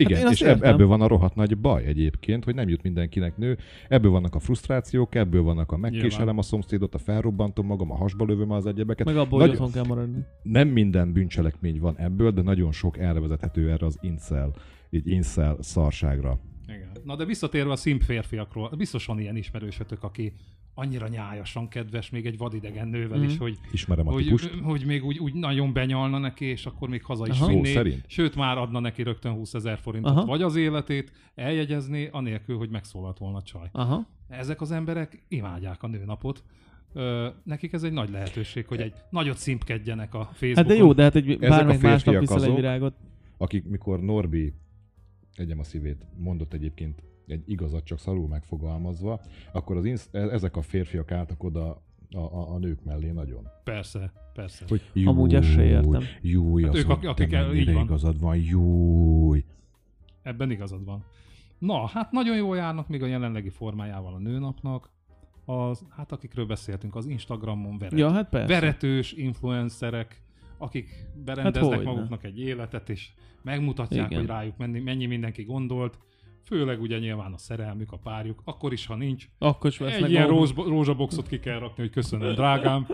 D: Igen,
C: Hát én azt
D: és ebb,
C: értem.
D: ebből van a rohadt nagy baj egyébként, hogy nem jut mindenkinek nő. Ebből vannak a frusztrációk, ebből vannak a megkéselem
E: Nyilván.
D: a szomszédot, a felrobbantom magam, a hasba lövöm az egyebeket.
C: Meg abból, hogy
D: Nagyon-
C: otthon kell maradni.
D: nem minden bűncselekmény van ebből, de nagyon sok elvezethető erre az incel, így incel szarságra.
E: Igen. Na de visszatérve a szimp férfiakról, biztos van ilyen ismerősötök, aki annyira nyájasan kedves, még egy vadidegen nővel is,
C: Mhm.
E: hogy
D: Ismerem a típust.
E: hogy, hogy még úgy, úgy nagyon benyalna neki, és akkor még haza is
C: Aha.
E: vinné.
D: Szó szerint?
E: Sőt, már adna neki rögtön 20 ezer forintot,
C: Aha.
E: vagy az életét, eljegyezné, anélkül, hogy megszólalt volna a csaj.
C: Aha.
E: Ezek az emberek imádják a nőnapot. Ö, nekik ez egy nagy lehetőség, hogy egy nagyot szimpkedjenek a Facebookon.
C: E- Hát de jó, de hát egy
D: Ezek
C: bármelyik
D: a férfiak
C: másnap viszel egy
D: azok,
C: virágot.
D: Akik, mikor Norbi, egyem a szívét, mondott egyébként egy igazat csak szarul megfogalmazva, akkor az insz, e- ezek a férfiak álltak oda a, a, a nők mellé nagyon.
E: Persze, persze.
D: Hogy júj,
C: Amúgy ezt se értem.
D: Júj,
E: Hát
D: hát
E: ők,
D: azon,
E: akik- akik
D: te
E: el- így
D: mennyire
E: van.
D: igazad van, júj.
E: Ebben igazad van. Na, hát nagyon jól járnak még a jelenlegi formájával a nőnapnak. Az, hát akikről beszéltünk, az Instagramon veret,
C: Ja, hát persze.
E: veretős influencerek, akik berendeznek
C: hogyne.
E: hát maguknak egy életet, és megmutatják,
C: Igen.
E: Igen. hogy rájuk mennyi, mennyi mindenki gondolt, főleg ugye nyilván a szerelmük, a párjuk, akkor is, ha nincs.
C: Akkor is vesznek
E: Egy ilyen
C: valami-
E: rózs, rózsaboxot ki kell rakni, hogy köszönöm, drágám.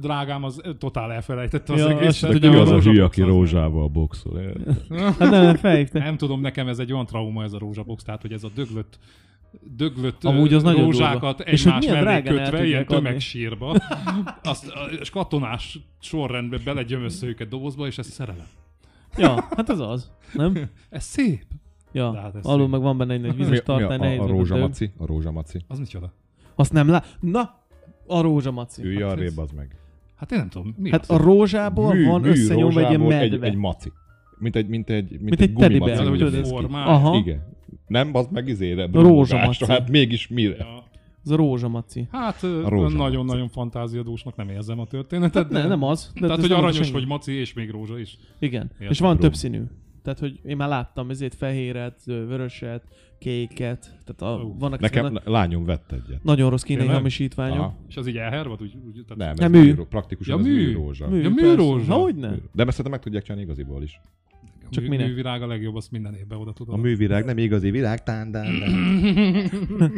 E: Drágám, az totál elfelejtette az
C: Ja,
E: ja,
C: azt
E: egészet.
C: se
E: hogy
C: tudja,
E: a
C: az a
E: rózsabox az-
D: rózsával boxol?
C: Hát nem, nem, fejte.
E: nem tudom, nekem ez egy olyan trauma ez a rózsabox, tehát hogy ez a döglött döglött
C: Amúgy
E: ö,
C: az nagyon
E: rózsákat
C: durva. És hogy
E: egymás
C: milyen
E: mellé
C: drágán el
E: kötve,
C: tudják
E: ilyen
C: adni.
E: tömegsírba. Azt, ö, és katonás sorrendbe belegyömössző őket dobozba, és ez szerelem.
C: Ja, hát az az. Nem?
E: Ez szép. De
C: Ja,
E: hát ez
C: alul
E: szép.
C: meg van benne egy nagy vizes tartály,
D: a,
C: nehéz.
D: a
C: meg dög.
D: rózsamaci? A rózsamaci.
E: Az micsoda?
C: Azt nem lá... Na! A rózsamaci.
D: Ülj
E: Hát
D: arrébb,
E: ez-
D: az meg.
E: Hát én nem tudom, mi
C: Hát
E: az?
C: a rózsából van összenyomva egy ilyen
D: rózsából egy,
C: medve.
D: egy maci. Mint egy, mint egy, mint
C: Mint
D: egy
C: egy teddy
D: gumimaci.
C: bear,
E: hogy
D: úgy
E: a
D: néz ki.
E: formá...
C: Aha,
D: Igen. Nem, az meg izére.
C: Rózsamaci.
D: Rózsamaci. Hát mégis mire?
E: Ja.
C: az a rózsamaci.
E: Hát
D: A rózsamaci.
E: nagyon-nagyon fantáziadósnak nem érzem a történetet.
C: Hát ne, nem az. De
E: Tehát,
C: ez
E: hogy
C: nem az
E: aranyos,
C: semmi.
E: hogy maci és még rózsa is.
C: Igen,
E: Értem,
C: és van
D: Rom.
C: több színű. Tehát, hogy én már láttam ezért fehéret, ö, vöröset, kéket, tehát a,
E: Ú,
C: vannak ezek
D: Nekem
C: a
D: lányom vett egyet.
C: nagyon rossz kínai
E: Tényleg?
C: hamisítványok.
D: Aha.
E: És az így elhervad, úgy, úgy tehát
D: Nem, ez
C: Nem,
D: mű.
C: mű.
D: ró- Praktikusan
E: Ja,
D: ez
E: mű.
D: mű rózsa.
C: Mű,
E: Ja,
C: persze.
E: műrózsa.
C: Na, hogy ne?
D: De mert szerintem meg tudják csinálni igaziból is.
C: Csak
E: mű,
C: minek?
E: művirág a legjobb, azt minden évben oda tudod.
D: A művirág nem igazi virág, tándán.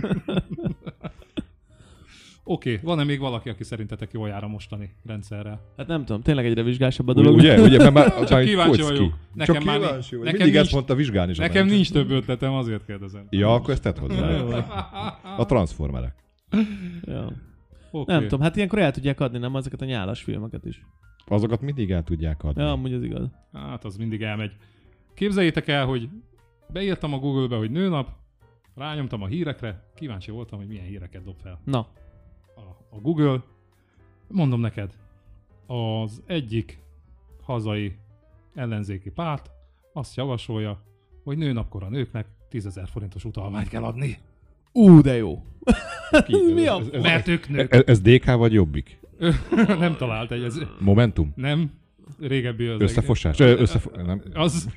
E: Oké, van-e még valaki, aki szerintetek jól jár a mostani rendszerrel?
C: Hát nem tudom, tényleg egyre vizsgásabb a dolog.
D: Ugye, ugye, mert már már egy
E: kíváncsi
D: kocki.
E: vagyok. Nekem
D: Csak
E: már
D: kíváncsi
E: ni-
D: vagy.
E: nekem
D: Mindig ezt
E: nincs-
D: mondta vizsgálni. is a
E: Nekem
D: mencsét.
E: nincs több ötletem, azért kérdezem.
D: Ja, akkor ezt tedd hozzá. A transformerek.
C: Ja.
E: Okay.
C: Nem tudom, hát ilyenkor el tudják adni, nem azokat a nyálas filmeket is.
D: Azokat mindig el tudják adni.
C: Ja, amúgy az igaz.
E: Hát az mindig elmegy. Képzeljétek el, hogy beírtam a Google-be, hogy nőnap, Rányomtam a hírekre, kíváncsi voltam, hogy milyen híreket dob fel
C: Na,
E: a, a Google. Mondom neked, az egyik hazai ellenzéki párt azt javasolja, hogy nőnapkor a nőknek 10 000 forintos utalmányt kell adni,
C: ú, de jó.
D: Ki?
C: Mi
D: Ez-
C: a-
D: ez- ez-
E: mert ők nők.
D: Ez, ez DK vagy Jobbik?
E: nem talált egy, ez
D: Momentum?
E: nem, régebbi az
D: Összefosás? Ö, Összefo- nem.
E: Az,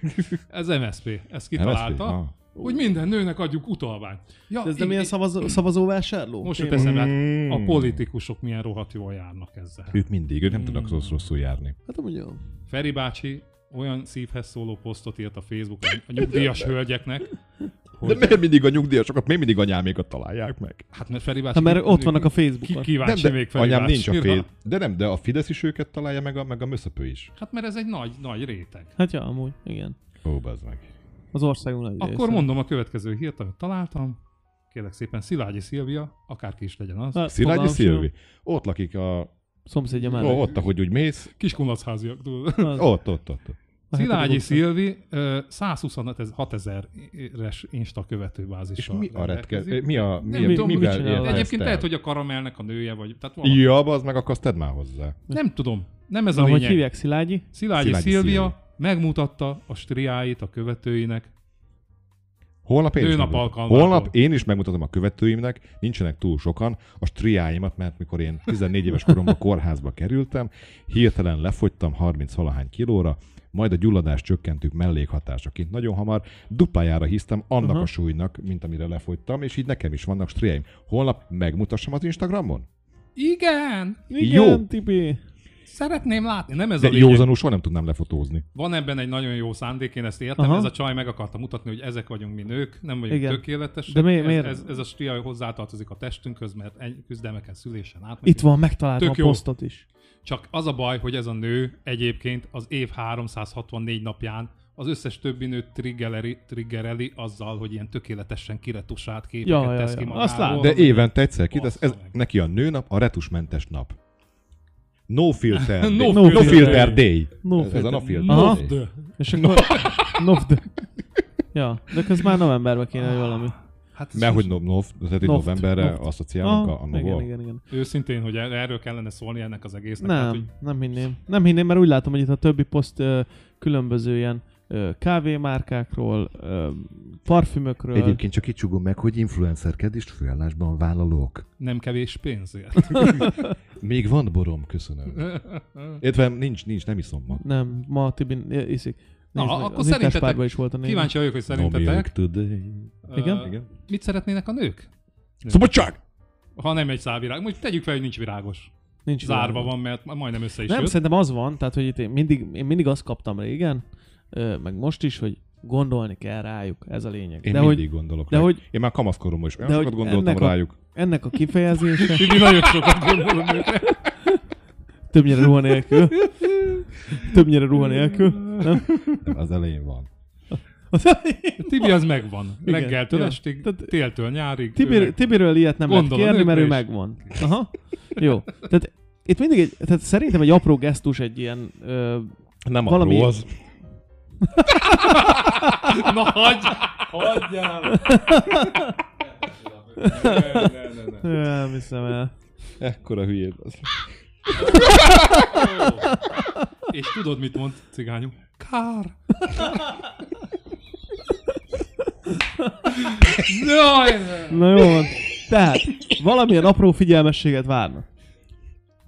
E: ez MSP, ezt kitalálta,
D: MSZP? Ah.
E: hogy minden nőnek adjuk utalványt. Ja,
C: De ez
E: í-
C: nem ilyen
E: í-
C: szavazó, szavazóvásárló?
E: Most jut
C: Tényleg.
E: eszembe, hát
D: Mm.
E: a politikusok milyen rohadt jól járnak ezzel.
D: Ők mindig, ők nem
E: Hmm.
D: tudnak rossz rosszul járni.
C: Hát amúgy jó.
E: Feri bácsi olyan szívhez szóló posztot írt a Facebookon a nyugdíjas hölgyeknek.
D: De miért mindig a nyugdíjasokat, miért mindig anyámékat találják meg?
E: Hát mert Feri bácsi...
C: Hát mert ott vannak a
E: ki,
C: Facebookon.
E: kíváncsi
D: nem, de
E: még Feri
D: anyám
E: bácsi.
D: nincs a
E: Írva.
D: fél. De nem, de a Fidesz is őket találja, meg a, meg a Möszöpő is.
E: Hát mert ez egy nagy, nagy réteg.
C: Hát ja, amúgy, igen.
D: Ó, bazd meg.
C: Az országunk nagy része.
E: Akkor mondom a következő hírt, amit találtam. Kérlek szépen, Szilágyi Szilvia, akárki is legyen az.
C: Hát,
D: Szilágyi
C: fogalmam
D: Szilvi. Ott lakik a...
C: sincs. Szomszédja
D: Ó,
C: mellett.
D: ott, ahogy úgy mész.
E: Kiskunlachháziak. tudod.
C: Az-
D: Ott, ott, ott. ott.
C: Hát,
E: Szilágyi
C: akkor-
E: Szilvi ö, 126 ezer-es Insta követőbázissal
D: És mi a retke...
E: rendelkezik.
D: Mi a... Mi,
E: Nem
D: a-
E: tudom, mit
D: mivel
C: csinál.
D: érte
E: De
D: ezt
E: egyébként
D: el?
E: lehet, hogy a karamelnek a nője vagy. Tehát valami.
D: Ja, bazd meg, akkor azt tedd már hozzá.
E: Nem tudom. Nem ez a
C: Na, hogy
E: lényeg.
C: hívják Szilágyi?
E: Szilágyi,
D: Szilágyi
E: Szilágyi Szilvia
D: Szilvi.
E: megmutatta a striáit a követőinek.
D: Holnap én, is
E: Nőnap
D: megmutatom.
E: alkalmából.
D: Holnap én is megmutatom a követőimnek, nincsenek túl sokan, a striáimat, mert mikor én 14 éves koromban kórházba kerültem, hirtelen lefogytam 30 valahány kilóra, majd a gyulladást csökkentük mellékhatásaként nagyon hamar, duplájára hisztem annak uh-huh. a súlynak, mint amire lefogytam, és így nekem is vannak striáim. Holnap megmutassam az Instagramon?
E: Igen!
C: Igen, Tibi.
E: Szeretném látni. Nem ez
D: De
E: a lényeg.
D: józanul soha nem tudnám lefotózni.
E: Van ebben egy nagyon jó szándék, én ezt értem.
C: Aha.
E: Aha. Ez a csaj meg akarta mutatni, hogy ezek vagyunk mi nők, nem vagyunk
C: Igen.
E: Igen. tökéletesek.
C: De mi-
E: ez,
C: miért?
E: Ez, ez a stria hozzátartozik a testünkhöz, mert egy küzdelmeken, szülésen át.
C: Itt van, megtaláltam
E: Tök
C: a
E: jó.
C: posztot is.
E: Csak az a baj, hogy ez a nő egyébként az év 364 napján az összes többi nőt triggereli, triggereli azzal, hogy ilyen tökéletesen kiretusált képeket
C: Ja, ja,
E: tesz
C: ja.
E: ki magáról.
C: Azt látom.
D: De évente egyszer ki, ez, ez
E: Bassza meg.
D: neki a nőnap, a retusmentes nap. No filter day.
E: No
D: no, no
E: filter
D: filter day.
C: No
D: ez, ez a
C: filter.
D: no filter
C: Aha.
D: day.
E: De-
C: És akkor... Novd. Ja, de ez már novemberben kéne, hogy valami.
E: Hát
D: Mert hogy no, no, tehát itt
C: Noft,
D: novemberre
C: noft.
D: asszociálunk
C: Aha,
D: a, a
C: Ah, igen,
D: Novol.
C: igen, igen.
E: őszintén, hogy er- erről kellene szólni ennek az egésznek. Tehát, hogy
C: Nem, nem hinném. Nem hinném, mert úgy látom, hogy itt a többi poszt ö, különböző ilyen ö, kávémárkákról, ö, parfümökről.
D: Egyébként csak kicsugom meg, hogy influencerkedést főállásban vállalok.
E: nem kevés pénzért.
D: Még van borom, köszönöm. Értve nincs, nincs, nem iszom ma.
C: Nem, ma Tibi n- iszik.
E: Na,
C: Nézd meg,
E: akkor
C: az étterspárban
E: szerintetek-
C: is volt a négy.
E: Kíváncsi vagyok, hogy
D: No milk
E: szerintetek
D: today.
C: Igen?
E: ö,
D: Igen.
E: mit szeretnének a nők?
D: Szabadság!
E: Ha nem egy szálvirág. Mondjuk tegyük fel, hogy nincs virágos.
C: Nincs
E: Zárva
C: világ.
E: van, mert majdnem össze is
C: Nem,
E: jött.
C: szerintem az van, tehát hogy itt én mindig, én mindig azt kaptam régen, ö, meg most is, hogy gondolni kell rájuk, ez a lényeg.
D: Én
C: de
D: de mindig
C: hogy
D: hogy, gondolok
C: de
D: rájuk.
C: hogy-
D: Én már kamaszkoromban is olyan
C: de
D: sokat
C: hogy
D: gondoltam
C: ennek a-
D: rájuk.
C: ennek a kifejezése
E: Tibi nagyon sokat gondolom őkre.
C: többnyire ruha nélkül, többnyire ruha nélkül, nem?
D: Nem, az elején van.
E: Tibi az megvan.
C: Igen,
E: Reggeltől
C: ja.
E: estig,
C: Tehát-
E: téltől nyárig. ő
C: Tibir,
E: meg-
C: Tibiről ilyet nem lehet
E: Gondolom,
C: kérni,
E: ők
C: mert ő
E: is.
C: megvan. Aha. Jó. Tehát itt mindig egy, tehát szerintem egy apró gesztus egy ilyen ö,
D: Nem a
C: Valami-
D: Valami... az.
E: Na hagyj! Hagyjál!
C: ö, nem hiszem el.
D: Ekkora hülyéd az.
E: És tudod, mit mond cigányú? Kár! Jaj!
C: Na jó van. Tehát valamilyen apró figyelmességet várnak.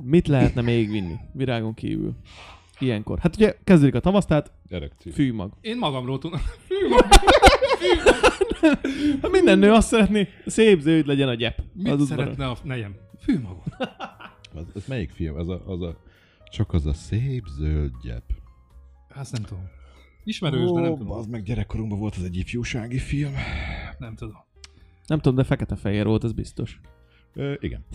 C: Mit lehetne még vinni virágon kívül? Ilyenkor. Hát ugye kezdődik a tavasz, tehát
D: Erekció.
C: fűmag.
E: Én magamról tudom.
C: Hát minden nő azt szeretné, szép zöld legyen a gyep.
E: Mit
C: az
E: az
C: udvaron.
E: szeretne a nejem? Fű magam.
D: Az, ez melyik film? Ez a, az a, csak az a szép zöld gyep.
E: Azt nem tudom. Ismerős, de nem tudom.
D: az meg gyerekkoromban volt az egy ifjúsági film.
E: Nem tudom.
C: Nem tudom, de fekete-fehér volt, ez biztos.
D: Ö, igen.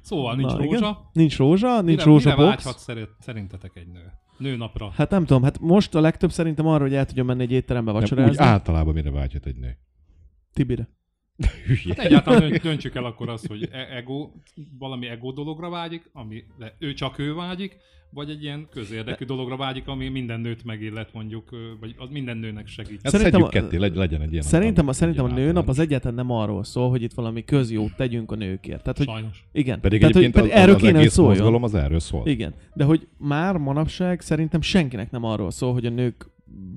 E: Szóval nincs
C: Na,
E: rózsa.
C: igen. Nincs rózsa, nincs
E: mire, mire
C: rózsabox.
E: vágyhat szeret, szerintetek egy nő? Nőnapra.
C: Hát nem tudom, hát most a legtöbb szerintem arra, hogy el tudjon menni egy étterembe
D: Nem, úgy
C: vacsorázni.
D: általában mire vágyhat egy nő?
C: Tibire.
D: Hülye.
E: Hát egyáltalán dönt- döntsük el akkor azt, hogy e- ego, valami ego dologra vágyik, ami de ő csak ő vágyik, vagy egy ilyen közérdekű dologra vágyik, ami minden nőt megillet mondjuk, ö, vagy az minden nőnek segít.
D: Hát
C: Szerintem
D: szerintem szedjük
C: a-
D: ketté, legy- legyen egy ilyen.
C: Szerintem, a,
D: ami-
C: szerintem a
D: ami
C: nőnap
D: általános.
C: az egyáltalán nem arról szól, hogy itt valami közjót tegyünk a nőkért. Tehát, hát, hogy
E: Sajnos.
C: igen.
D: Pedig
C: Tehát, hogy,
D: egyébként
C: pedig
D: az,
C: erről
D: az,
C: kéne,
D: az
C: hogy
D: egész
C: szóljon.
D: mozgalom az erről szól.
C: Igen, de hogy már manapság szerintem senkinek nem arról szól, hogy a nők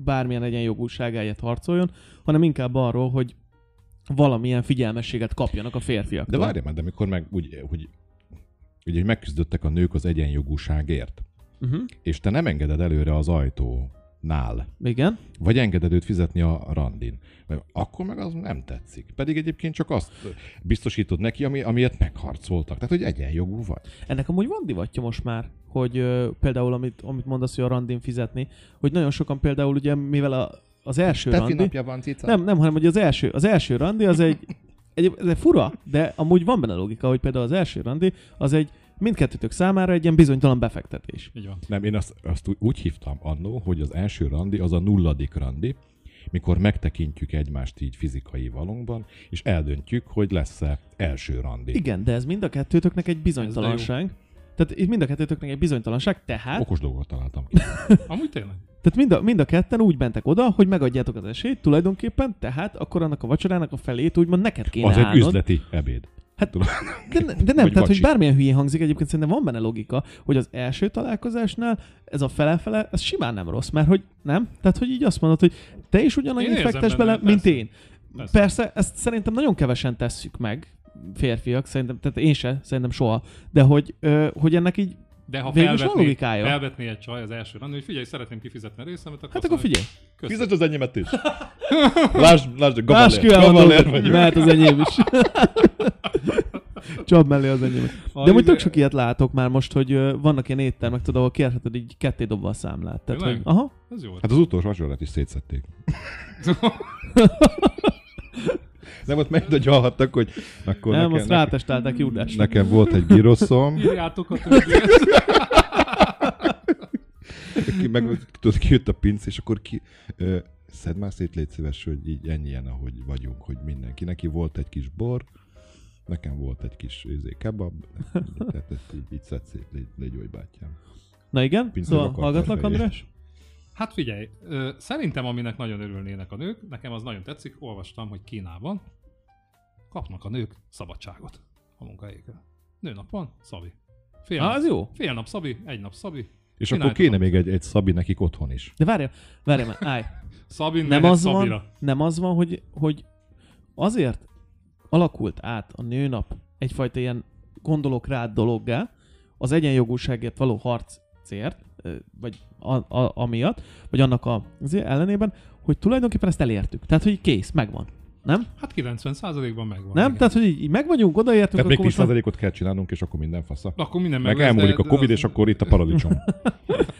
C: bármilyen egyenjogúságáért harcoljon, hanem inkább arról, hogy valamilyen figyelmességet kapjanak a férfiak.
D: De várj már, de mikor meg úgy, hogy, ugye, hogy megküzdöttek a nők az egyenjogúságért,
C: Uh-huh.
D: és te nem engeded előre az ajtónál,
C: Igen.
D: vagy engeded őt fizetni a randin, mert akkor meg az nem tetszik. Pedig egyébként csak azt biztosítod neki, ami, amiért megharcoltak. Tehát, hogy egyenjogú vagy.
C: Ennek amúgy van divatja most már, hogy ö, például amit, amit mondasz, hogy a randin fizetni, hogy nagyon sokan például ugye, mivel a, az első randi...
D: van, cica.
C: Nem, nem, hanem hogy az első, az első randi az egy, egy, ez egy fura, de amúgy van benne logika, hogy például az első randi az egy mindkettőtök számára egy ilyen bizonytalan befektetés.
E: Így van.
D: Nem, én azt, azt ú- úgy hívtam annó, hogy az első randi az a nulladik randi, mikor megtekintjük egymást így fizikai valónkban, és eldöntjük, hogy lesz-e első randi.
C: Igen, de ez mind a kettőtöknek egy bizonytalanság. Tehát itt mind a kettőtöknek egy bizonytalanság,
E: Oh.
C: tehát,
D: Okos dolgot találtam ki.
E: Amúgy tényleg.
C: tehát mind, a, mind a ketten úgy mentek oda, hogy megadjátok az esélyt tulajdonképpen, tehát akkor annak a vacsorának a felét úgymond neked kéne
D: Az egy
C: állnod.
D: üzleti ebéd.
C: Hát,
D: Tudom.
C: de, ne- de nem,
D: Vagy
C: tehát hogy
D: vacsi.
C: bármilyen hülyén hangzik, egyébként szerintem van benne logika, hogy az első találkozásnál ez a fele-fele, ez simán nem rossz, mert hogy nem? Tehát, hogy így azt mondod, hogy te is
E: Én
C: ugyanannyit
E: érzem
C: fektes
E: benne,
C: bele, mint
E: persze.
C: én. Persze.
E: Persze.
C: persze, ezt szerintem nagyon kevesen tesszük meg, férfiak, szerintem, tehát én se, szerintem soha, de hogy, ö, hogy ennek így
E: De ha
C: Végül is van
E: felvetné,
C: logikája.
E: felvetné egy csaj az első randi, hogy figyelj, szeretném kifizetni a részemet, akkor,
C: Hát
E: azt
C: akkor
E: mondja,
C: figyelj.
E: Köszönöm.
D: az enyémet is. Lásd, lásd,
C: Más kívánok, mehet az enyém is. Csap mellé az enyém. De amúgy tök sok ilyet látok már most, hogy ö, vannak ilyen éttermek, tudod, ahol kérheted így ketté dobva a számlát. Tehát, hogy,
E: Tényleg?
C: aha,
E: Ez jó.
D: Hát az utolsó vacsorát is szétszették. Nem ott megdagyalhattak, hogy akkor
C: nem,
D: nekem,
C: azt
D: nekem,
C: rátestálták Júdás.
D: nekem volt egy gyroszom,
E: Írjátok a többiet.
D: ki, meg tudod, kijött a pinc, és akkor ki... Ö, szedd már szét, légy szíves, hogy így ennyien, ahogy vagyunk, hogy mindenki. Neki volt egy kis bor, nekem volt egy kis izé, kebab, tehát ezt így, így szedd szét, légy, légy oly bátyám.
C: Na igen,
D: Pincér
C: szóval
D: akart
C: hallgatlak,
D: tervei.
C: András?
E: Hát figyelj, ö, szerintem aminek nagyon örülnének a nők, nekem az nagyon tetszik, olvastam, hogy Kínában kapnak a nők szabadságot a munkahelyükön. Nőnap van, Szabi. Fél,
C: Á, az
E: nap,
C: jó.
E: fél nap Szabi, egy nap Szabi.
D: És
E: Én
D: akkor
E: álltam.
D: kéne még egy, egy Szabi nekik otthon is.
C: De várja, várja már, állj.
E: Szabi
C: Nem
E: nem
C: az
E: Szabira.
C: van, nem az van hogy, hogy azért alakult át a nőnap egyfajta ilyen gondolok rád dologgá, az egyenjogúságért való harc cért, ö, vagy a, a, amiatt, vagy annak a, az ellenében, hogy tulajdonképpen ezt elértük. Tehát, hogy kész, megvan. Nem?
E: Hát 90%-ban megvan.
C: nem?
E: igen.
C: Tehát, hogy így, így megvagyunk, odaértünk,
D: Tehát még
C: akkor most már-
D: 10%-ot kell csinálnunk, és akkor minden fasza.
E: Akkor minden
D: Meg
E: meg lesz,
D: elmúlik
E: de-
D: a Covid,
E: de-
D: és akkor itt a paradicsom.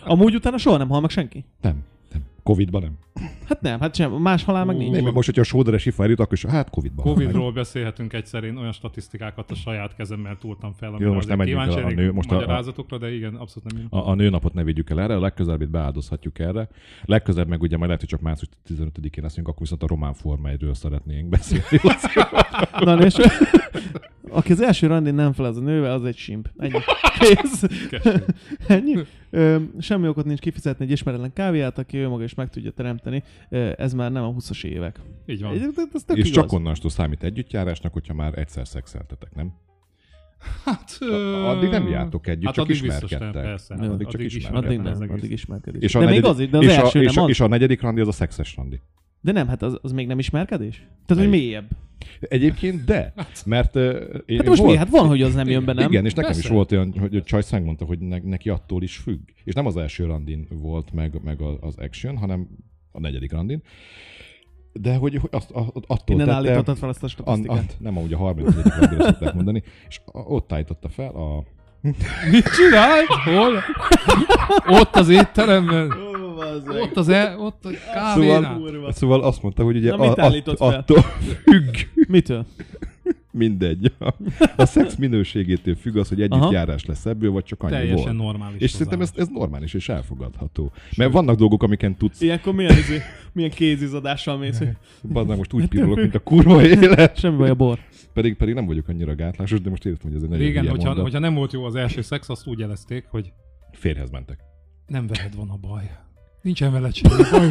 C: amúgy utána soha nem hal meg senki.
D: Nem, nem. Covidban nem.
C: Hát nem, hát sem, más halál meg
E: Ú,
C: nincs.
D: Nem, mert most, hogyha a sóderes ifa eljut, akkor is, hát Covidban. van meg.
E: Covidról beszélhetünk egyszer, én olyan statisztikákat a saját kezemmel túltam fel, amire
D: most
E: azért
D: nem menjünk el a
E: kíváncsi
D: nő-
E: lennék
D: most a- a-
E: magyarázatokra, de igen, abszolút nem
D: A, a nőnapot ne vigyük el erre, a legközelebb itt beáldozhatjuk erre. Legközelebb meg ugye majd lehet, hogy csak március 15-én leszünk, akkor viszont a román Forma 1-ről szeretnénk beszélni.
E: Hát
C: Na, és aki az első randin nem felez a nővel, az egy simp. Ennyi. Kész.
E: Kettő.
C: Ennyi. Ö, semmi okot nincs kifizetni egy ismeretlen kávéját, aki ő maga is meg tudja teremteni. Ö, ez már nem a 20-as évek.
E: Így van.
C: Ez, ez, ez tök
D: És
C: igaz.
D: csak onnantól számít együttjárásnak, hogyha már egyszer szexeltetek, nem?
E: Hát,
D: addig nem jártok együtt, csak
E: addig biztos nem,
D: ismerkedtek.
E: Persze, hát
C: Addig
D: csak ismerkedtek.
C: Addig
E: ismerkedtek az
C: nem,
E: egész.
C: addig ismerkedés.
D: És
C: de még az is, de az
D: és, a,
C: első
D: és,
C: nem
D: a,
C: az.
D: és a negyedik randi az a szexes randi.
C: De nem, hát az, az még nem ismerkedés? Tehát,
D: Egy-
C: hogy mélyebb.
D: Egyébként de, mert... ö, én-
C: Hát most
D: volt-
C: mi? Hát van, hogy az nem jön be, nem?
D: Igen, és nekem
E: Persze.
D: is volt olyan, hogy a Csajsz megmondta, hogy ne, neki attól is függ. És nem az első randin volt meg, meg a- az action, hanem a negyedik randin. De hogy, hogy azt, a- attól
C: Innen
D: tette,
C: állítottad fel azt a
D: an,
C: statisztikát.
D: an, nem, ahogy a 34. randira szokták mondani, és a- ott állította fel a...
E: Mit csinálj? Hol? Ott az étteremben. Ott az e, ott a kávénál.
D: Szóval, szóval azt mondta, hogy ugye
C: Na, mit
D: a,
C: állított
D: att,
C: fel?
D: attól függ,
C: Mitől?
D: Mindegy. A, a szex minőségétől függ az, hogy
C: Aha.
D: együttjárás lesz ebből, vagy csak annyi volt.
E: Teljesen normális.
D: És szerintem ez, ez normális és elfogadható. Mert vannak dolgok, amiken tudsz,
C: Ilyenkor milyen, izé, milyen kézizadással mész, hogy
D: bazdmeg most úgy pirulok, mint a kurva élet.
C: semmi baj a bor.
D: Pedig, pedig nem vagyok annyira gátlásos, de most értem, hogy ez egy nagyon
E: Régen,
D: hülye
E: hogyha,
D: mondat.
E: hogyha nem volt jó az első szex, azt úgy jelezték, hogy
D: Férhez mentek.
E: nem veled van a baj. Nincsen veled semmi baj.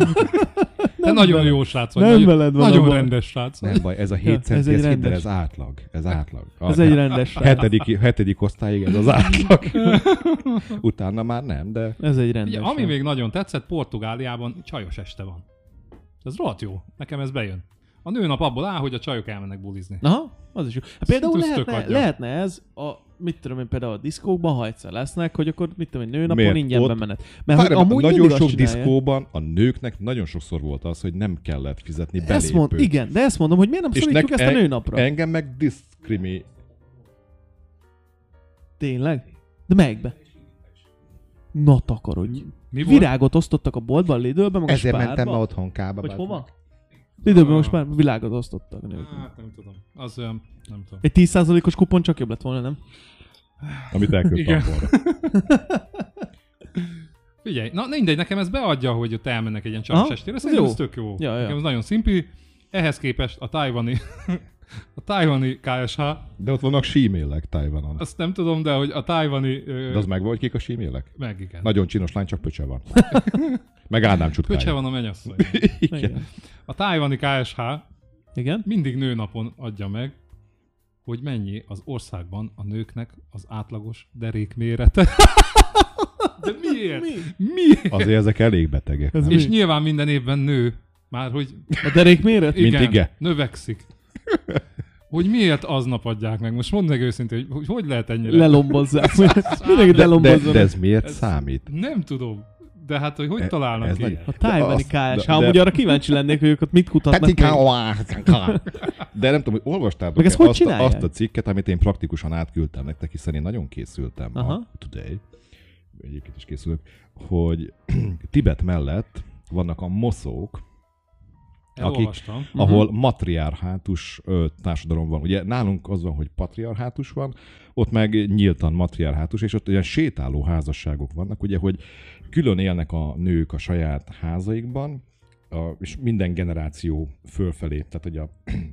E: Te nagyon jó srác vagy.
C: nem
E: nagyon,
C: veled van a
E: Nagyon
C: baj.
E: rendes srác. vagy.
D: Nem baj, ez a 7
C: ez
D: centi,
C: egy
D: ez, hidd el,
C: rendes.
D: ez átlag. Ez átlag. A
C: Ez egy rendes srác.
D: hetedik, hetedik osztályig ez az átlag. Utána már nem, de
C: Ez egy rendes
E: Ugye, ami
C: srác.
E: még nagyon tetszett, Portugáliában csajos este van. Ez rohadt jó. Nekem ez bejön. A nőnap abból áll, hogy a csajok elmennek bulizni.
C: Aha, az is jó. Hát például
E: Szintus tök
C: lehetne,
E: adja.
C: lehetne ez, a, mit tudom én, például a diszkókban, ha egyszer lesznek, hogy akkor mit tudom én, nőnapon
D: Miért?
C: Miért? ingyen
D: Ott-
C: bemenet. Mert
D: Mert
C: hogy Hát, amúgy
D: nagyon
C: mindig azt
D: sok
C: csinálják.
D: diszkóban a nőknek nagyon sokszor volt az, hogy nem kellett fizetni belépőt.
C: Ezt mond, igen, de ezt mondom, hogy miért nem szorítjuk ezt a
D: en-
C: nőnapra?
D: engem meg diszkrimi...
C: Tényleg? De melyikbe? Na takarodj.
E: Mi volt?
C: Virágot osztottak a boltban, Lidlben, meg a
D: Ezért
C: spárba.
D: mentem otthonkába.
C: Vagy
D: bár-
C: hova? Lidlben most már világot osztottak. nők.
E: Hát nem tudom. Az olyan, nem tudom.
C: Egy 10%-os kupon csak jobb lett volna, nem?
D: Amit elküldtem
E: Igen.
D: volna.
E: Figyelj, na mindegy, nekem ez beadja, hogy ott elmennek egy ilyen csajos
C: Aha,
E: estére,
C: ez
E: szerintem
C: jó.
E: ez tök jó.
C: Ja, ja.
E: Nekem ez nagyon szimpi. Ehhez képest a tájvani, a tájvani KSH,
D: De ott vannak símélek Tajvanon.
E: azt nem tudom, de hogy a tájvani... Ö,
D: De az meg volt kik a símélek?
E: Meg igen. Nagy
D: Nagyon csinos lány, csak pöcse van. Meg Ádám csutkája.
E: Köcse van a mennyasszony.
C: Igen.
E: A tájvani KSH
C: Igen?
E: mindig nőnapon adja meg, hogy mennyi az országban a nőknek az átlagos derék mérete. De miért?
C: Mi?
E: Miért?
D: Azért ezek elég betegek.
C: Ez
D: nem?
C: mi?
E: És nyilván minden évben nő, már hogy
C: A derék méret?
D: Mint ige?
E: növekszik. Hogy miért aznap adják meg? Most mondd meg őszintén, hogy- hogy hogy lehet ennyire?
C: Lelombozzák. Mindenki
D: De,
C: lelombozza.
D: de ez miért számít?
E: Nem tudom. De hát, hogy hogy
D: E-
E: találnak
D: ez
E: ki?
D: nagy-
C: A tájvani
D: Azt- de-
C: KSH, amúgy
D: de-
C: arra kíváncsi lennék, hogy ők ott mit kutatnak. még.
D: De nem tudom, hogy olvastátok
C: Meg ezt hogy
D: azt, a-
C: csinálják?
D: azt a cikket, amit én praktikusan átküldtem nektek, hiszen én nagyon készültem Aha.
C: Aha.
D: a Today, egyébként is készülök, hogy Tibet mellett vannak a moszók,
E: Elolvastam. Akik...
C: Mhm.
D: ahol matriarhátus ö, társadalom van. Ugye nálunk az van, hogy patriarhátus van, ott meg nyíltan matriarhátus, és ott olyan sétáló házasságok vannak, ugye, hogy külön élnek a nők a saját házaikban, a, és minden generáció fölfelé, tehát hogy a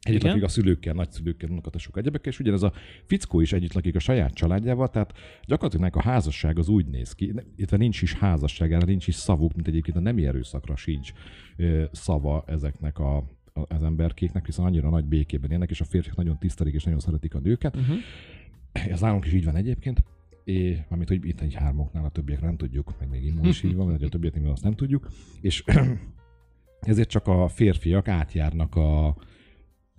D: Együtt
C: Igen.
D: lakik a szülőkkel, nagyszülőkkel, unokatosok egyebekkel, és ugyanez a fickó is együtt lakik a saját családjával, tehát gyakorlatilag ennek a házasság az úgy néz ki, ne- illetve nincs is házasság, erre nincs is szavuk, mint egyébként a nemi erőszakra sincs ö, szava ezeknek a, a- az emberkéknek, hiszen annyira nagy békében élnek, és a férfiak nagyon tisztelik és nagyon szeretik a nőket.
C: Mhm.
D: Ez nálunk is így van egyébként, és, amit hogy itt egy hármoknál a többiek nem tudjuk, meg még immun is így van, mert a többiek azt nem tudjuk, és ezért csak a férfiak átjárnak a,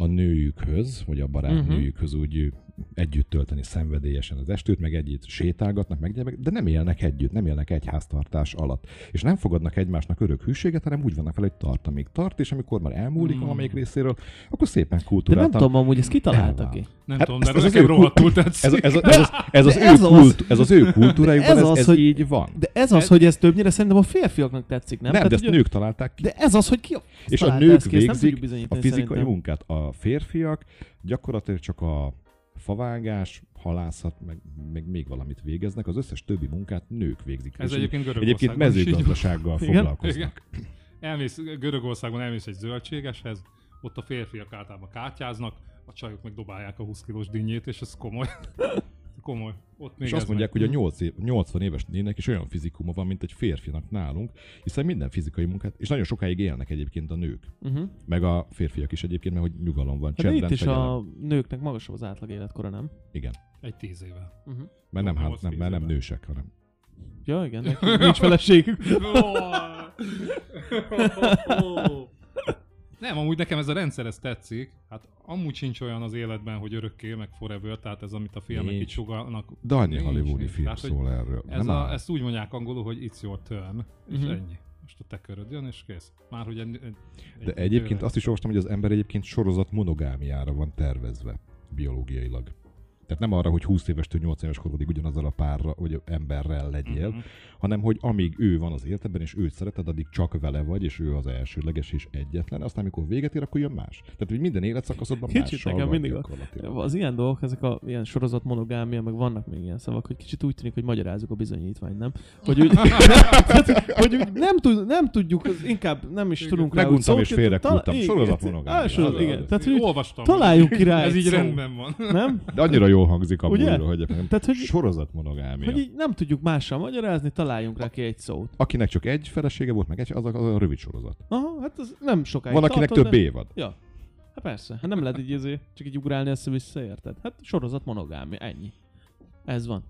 D: a nőjükhöz, vagy a
C: Mhm.
D: barátnőjükhöz úgy együtt tölteni szenvedélyesen az estőt, meg együtt sétálgatnak, meg gyermek, de nem élnek együtt, nem élnek egy háztartás alatt. És nem fogadnak egymásnak örök hűséget, hanem úgy vannak vele, hogy tart, amíg tart, és amikor már elmúlik mm. valamelyik részéről, akkor szépen
C: Mhm. De nem
D: kultúráltan
C: tudom, amúgy ezt kitalálta
D: Elvált.
C: ki.
E: Nem
D: Hát
E: tudom,
D: ez-
E: de
D: ez
E: ez
D: az
E: nekem
D: ő kult-
E: rohadtul tetszik.
D: ez, ez, ez, az, ez, az
C: De
D: ő
C: ez az.
D: kult, ez az ő kultúrájukban, ez,
C: Ez
D: ez,
C: az,
D: ez
C: hogy-
D: így van.
C: De ez az, hogy ez többnyire szerintem a férfiaknak tetszik, nem?
D: Nem, de
C: Tehát,
D: ezt
C: hogy-
D: nők találták ki.
C: De ez az, hogy ki
D: És a
C: találta
D: nők
C: ezt ki, ezt nem tudjuk
D: végzik a
C: bizonyítani
D: fizikai
C: szerintem.
D: munkát. A férfiak gyakorlatilag csak a favágás, halászat, meg, meg még valamit végeznek, az összes többi munkát nők végzik.
E: Ez
D: És
E: egyébként
D: egyébként
E: Görögországban is így van.
D: mezőgazdasággal
C: Igen?
D: foglalkoznak.
E: Elmész, Görögországban elmész egy zöldségeshez, ott a férfiak általában kártyáznak, a csajok meg dobálják a 20 kilós dinnyét, és ez komoly. komoly. Ott még
D: És
E: ez
D: azt mondják,
E: megy.
D: hogy a 8 év, 80 éves nének is olyan fizikuma van, mint egy férfinak nálunk, hiszen minden fizikai munkát, és nagyon sokáig élnek egyébként a nők,
C: Mhm.
D: meg a férfiak is egyébként, mert hogy nyugalom van,
C: Hát de
D: csendben,
C: itt is
D: fegyelem.
C: a nőknek magasabb az átlag életkora, nem?
D: Igen.
E: Egy tíz éve.
D: Mert nem,
E: Jó,
D: hát,
E: azt
D: nem, mert nem
E: nézem.
D: nősek, hanem.
C: Ja, igen, neki nincs feleségük.
E: Nem, amúgy nekem ez a rendszer, ez tetszik. Hát amúgy sincs olyan az életben, hogy örökké, meg forever, tehát ez, amit a filmek
D: Nincs.
E: itt sugalnak.
D: De annyi
E: Nincs,
D: hollywoodi
E: nincs.
D: film
E: Tehát, hogy
D: szól erről.
E: Ez
D: nem
E: a,
D: áll.
E: ezt úgy mondják angolul, hogy it's your turn, és
C: Mhm.
E: ennyi. Most a te köröd jön, és kész. Már hogy egy, egy,
D: De egyébként
E: nővel.
D: azt is olvastam, hogy az ember egyébként sorozat monogámiára van tervezve biológiailag. Tehát nem arra, hogy 20 évestől 8 éves korodig ugyanazzal a párra, vagy emberrel legyél,
E: Mhm.
D: hanem hogy amíg ő van az életedben, és őt szereted, addig csak vele vagy, és ő az elsődleges és egyetlen, aztán amikor véget ér, akkor jön más. Tehát, hogy minden életszakaszodban
C: Kicsit
D: mással
C: nekem
D: vagy
C: mindig a-
D: gyakorlatilag.
C: Az ilyen dolgok, ezek a ilyen sorozat monogámia, meg vannak még ilyen szavak, hogy kicsit úgy tűnik, hogy magyarázzuk a bizonyítványt, nem? Hogy úgy, tehát, hogy úgy nem, tud, nem tudjuk, az inkább nem is tudunk rá úgy
D: Meguntam
C: szót,
D: és
C: de talán-
D: félrekúrtam.
C: igen,
D: Sorozat
C: igen,
D: monogámia.
C: á, sorozat,
D: Az-
C: Igen,
D: az-
C: tehát hogy úgy
E: Olvastam.
C: találjuk ki rá
E: Ez
C: egy
E: így
C: szót,
E: rendben van.
C: Nem?
D: De annyira jól hangzik amúgy,
C: Ugye?
D: hogy
C: Tehát, hogy-
D: sorozat monogámia.
C: Hogy így nem tudjuk mással magyarázni, találjunk rá ki egy szót.
D: Akinek csak egy felesége volt, meg egy, az a, az a rövid sorozat.
C: Aha, hát ez nem sokáig
D: Van, akinek
C: tartott,
D: több
C: de-
D: évad.
C: Ja. Hát persze, hát nem lehet így azért, csak így ugrálni ezt vissza, érted? Hát sorozat monogámia, ennyi. Ez van.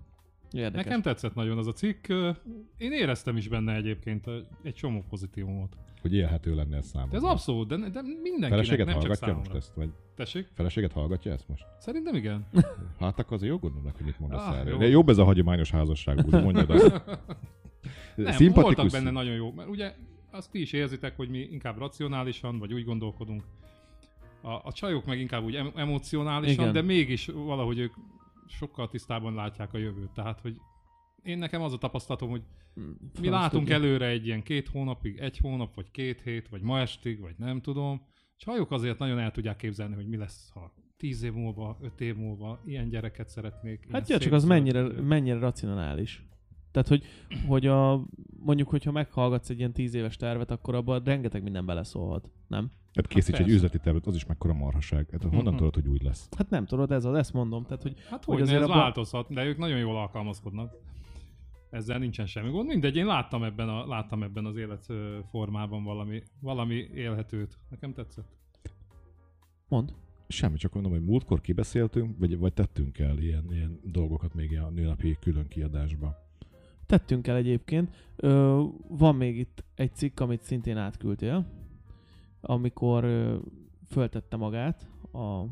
C: Érdekes.
E: Nekem tetszett nagyon az a cikk. Ö, Én éreztem is benne egyébként ö, egy csomó pozitívumot.
D: Hogy élhető lenne ez számomra.
E: De ez abszolút, de, de mindenkinek,
D: Feleséget
E: nem csak
D: hallgatja
E: számomra.
D: most ezt? Vagy
E: Tessék?
D: feleséget hallgatja ezt most?
E: Szerintem igen.
D: Hát akkor azért jó gondolnak, hogy mit mondasz
E: Ah,
D: ah, erről.
E: jó.
D: Jó. Jobb ez a hagyományos házasság, úgy mondjad azt.
E: Nem,
D: Szimpatikus
E: voltak benne
D: szín.
E: nagyon jó, mert ugye azt ti is érzitek, hogy mi inkább racionálisan, vagy úgy gondolkodunk. A, a csajok meg inkább úgy em- emocionálisan,
C: Igen.
E: Igen. de mégis valahogy ők sokkal tisztában látják a jövőt. Tehát, hogy én nekem az a tapasztalatom, hogy mi
C: Franc
E: látunk
C: tudja.
E: előre egy ilyen két hónapig, egy hónap, vagy két hét, vagy ma estig, vagy nem tudom. Csajok azért nagyon el tudják képzelni, hogy mi lesz, ha tíz év múlva, öt év múlva ilyen gyereket szeretnék. ilyen
C: Hát ja, csak
E: szép
C: az
E: zöld
C: mennyire,
E: jövőt.
C: mennyire racionális. Tehát, hogy, hogy a, mondjuk, hogyha meghallgatsz egy ilyen tíz éves tervet, akkor abban rengeteg minden beleszólhat, nem?
D: Hát készíts egy
E: persze.
D: üzleti tervet, az is mekkora marhaság. Hát honnan
E: Mhm.
D: tudod, hogy úgy lesz?
C: Hát nem tudod, ez az, ezt mondom. Tehát, hogy
E: Hát
C: Hogy
E: hogy ez
C: azért abban-
E: változhat, de ők nagyon jól alkalmazkodnak. Ezzel nincsen semmi gond. Mindegy, én láttam ebben, a, láttam ebben az életformában valami, valami élhetőt. Nekem tetszett.
C: mond.
D: Semmi, csak mondom, hogy múltkor kibeszéltünk, vagy, vagy tettünk el ilyen, ilyen dolgokat még a nőnapi külön kiadásba.
C: Tettünk el egyébként. Ö, van még itt egy cikk, amit szintén átküldtél, amikor ö, föltette magát a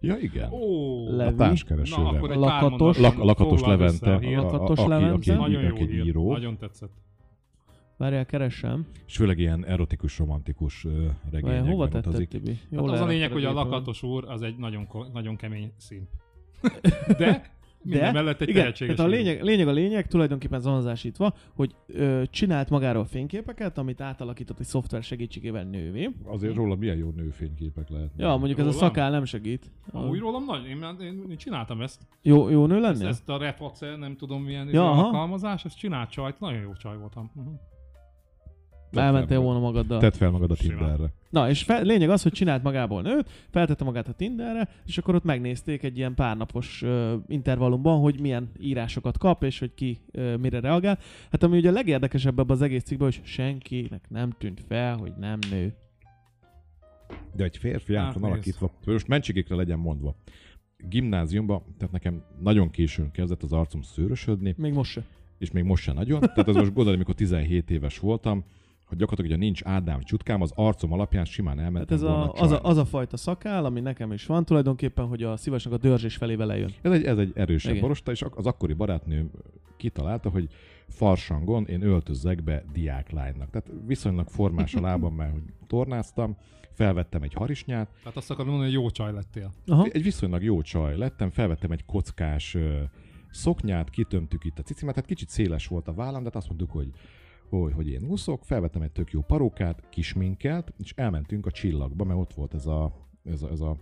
D: Ja, igen.
E: Ó,
C: Le-
D: a
C: Levi.
D: társkeresővel.
E: na akkor egy pár
C: Lakatos.
E: mondatban
D: Lak, lakatos
E: foglalj össze
D: Levente,
E: a hírt.
D: a, a,
C: Lakatos
D: aki,
C: Levente?
D: aki, aki,
E: Nagyon jó
D: egy
E: hír.
D: író,
E: Nagyon tetszett.
C: Várjál, keresem.
D: és főleg ilyen erotikus, romantikus ö,
C: Vajon
D: regényekben
C: hova tetted,
D: utazik.
C: Tibi?
E: Hát az a
C: elraktad
E: lényeg, hogy a
C: gépemen.
E: lakatos úr az egy nagyon, ko- nagyon kemény szín. De
C: De,
E: minden mellett egy
C: Igen,
E: tehetséges
C: tehát a
E: író.
C: lényeg, lényeg a lényeg, tulajdonképpen zanzásítva, hogy ö, csinált magáról fényképeket, amit átalakított egy szoftver segítségével nővé.
D: Azért róla milyen jó nőfényképek lehetnek.
C: Ja, mondjuk ez a
E: Rólam?
C: szakál nem segít.
E: Amúgy rólam nagy, én, már- én, én csináltam ezt.
C: Jó, jó nő
E: Ezt,
C: lennél?
E: ezt a reface, nem tudom milyen
C: Ja,
E: ja,
C: aha.
E: alkalmazás, ezt csinált csajt, nagyon jó csaj voltam. Uh-huh.
C: Elmentél
D: fel-
C: volna magaddal.
D: Tedd fel magad a
E: Simán.
D: Tinderre.
C: Na, és fe, lényeg az, hogy csinált magából nőt, feltette magát a Tinderre, és akkor ott megnézték egy ilyen párnapos ö, intervallumban, hogy milyen írásokat kap, és hogy ki ö, mire reagál. Hát ami ugye a legérdekesebb ebben az egész cikkben, hogy senkinek nem tűnt fel, hogy nem nő.
D: De egy férfi
E: Hát,
D: által
E: nézd.
D: alakítva, most mentségékre legyen mondva. Gimnáziumban, tehát nekem nagyon későn kezdett az arcom szőrösödni,
C: Még most se.
D: és még most se nagyon. Tehát az most gondolom, amikor 17 éves voltam, hogy gyakorlatilag, hogyha nincs Ádám csutkám, az arcom alapján simán
C: Hát
D: elmentem
C: ez
D: volna
C: a, az, a, az a fajta szakál, ami nekem is van tulajdonképpen, hogy a szívesnek a dörzsés felé vele jön.
D: Ez egy, ez egy erősebb
C: Igen.
D: Igen. borosta, és ak- az akkori barátnőm kitalálta, hogy farsangon én öltözzek be diáklánynak. Tehát viszonylag formás a lábam már, hogy tornáztam, felvettem egy harisnyát,
E: Tehát azt akarom mondani, hogy jó csaj lettél.
C: Aha.
D: egy viszonylag jó csaj lettem, felvettem egy kockás ö, szoknyát, kitömtük itt a cicimet, tehát kicsit széles volt a vállam, de hát azt mondtuk, hogy hogy, hogy én úszok, felvettem egy tök jó parókát, kisminkelt, és elmentünk a csillagba, mert ott volt ez a, ez a, ez a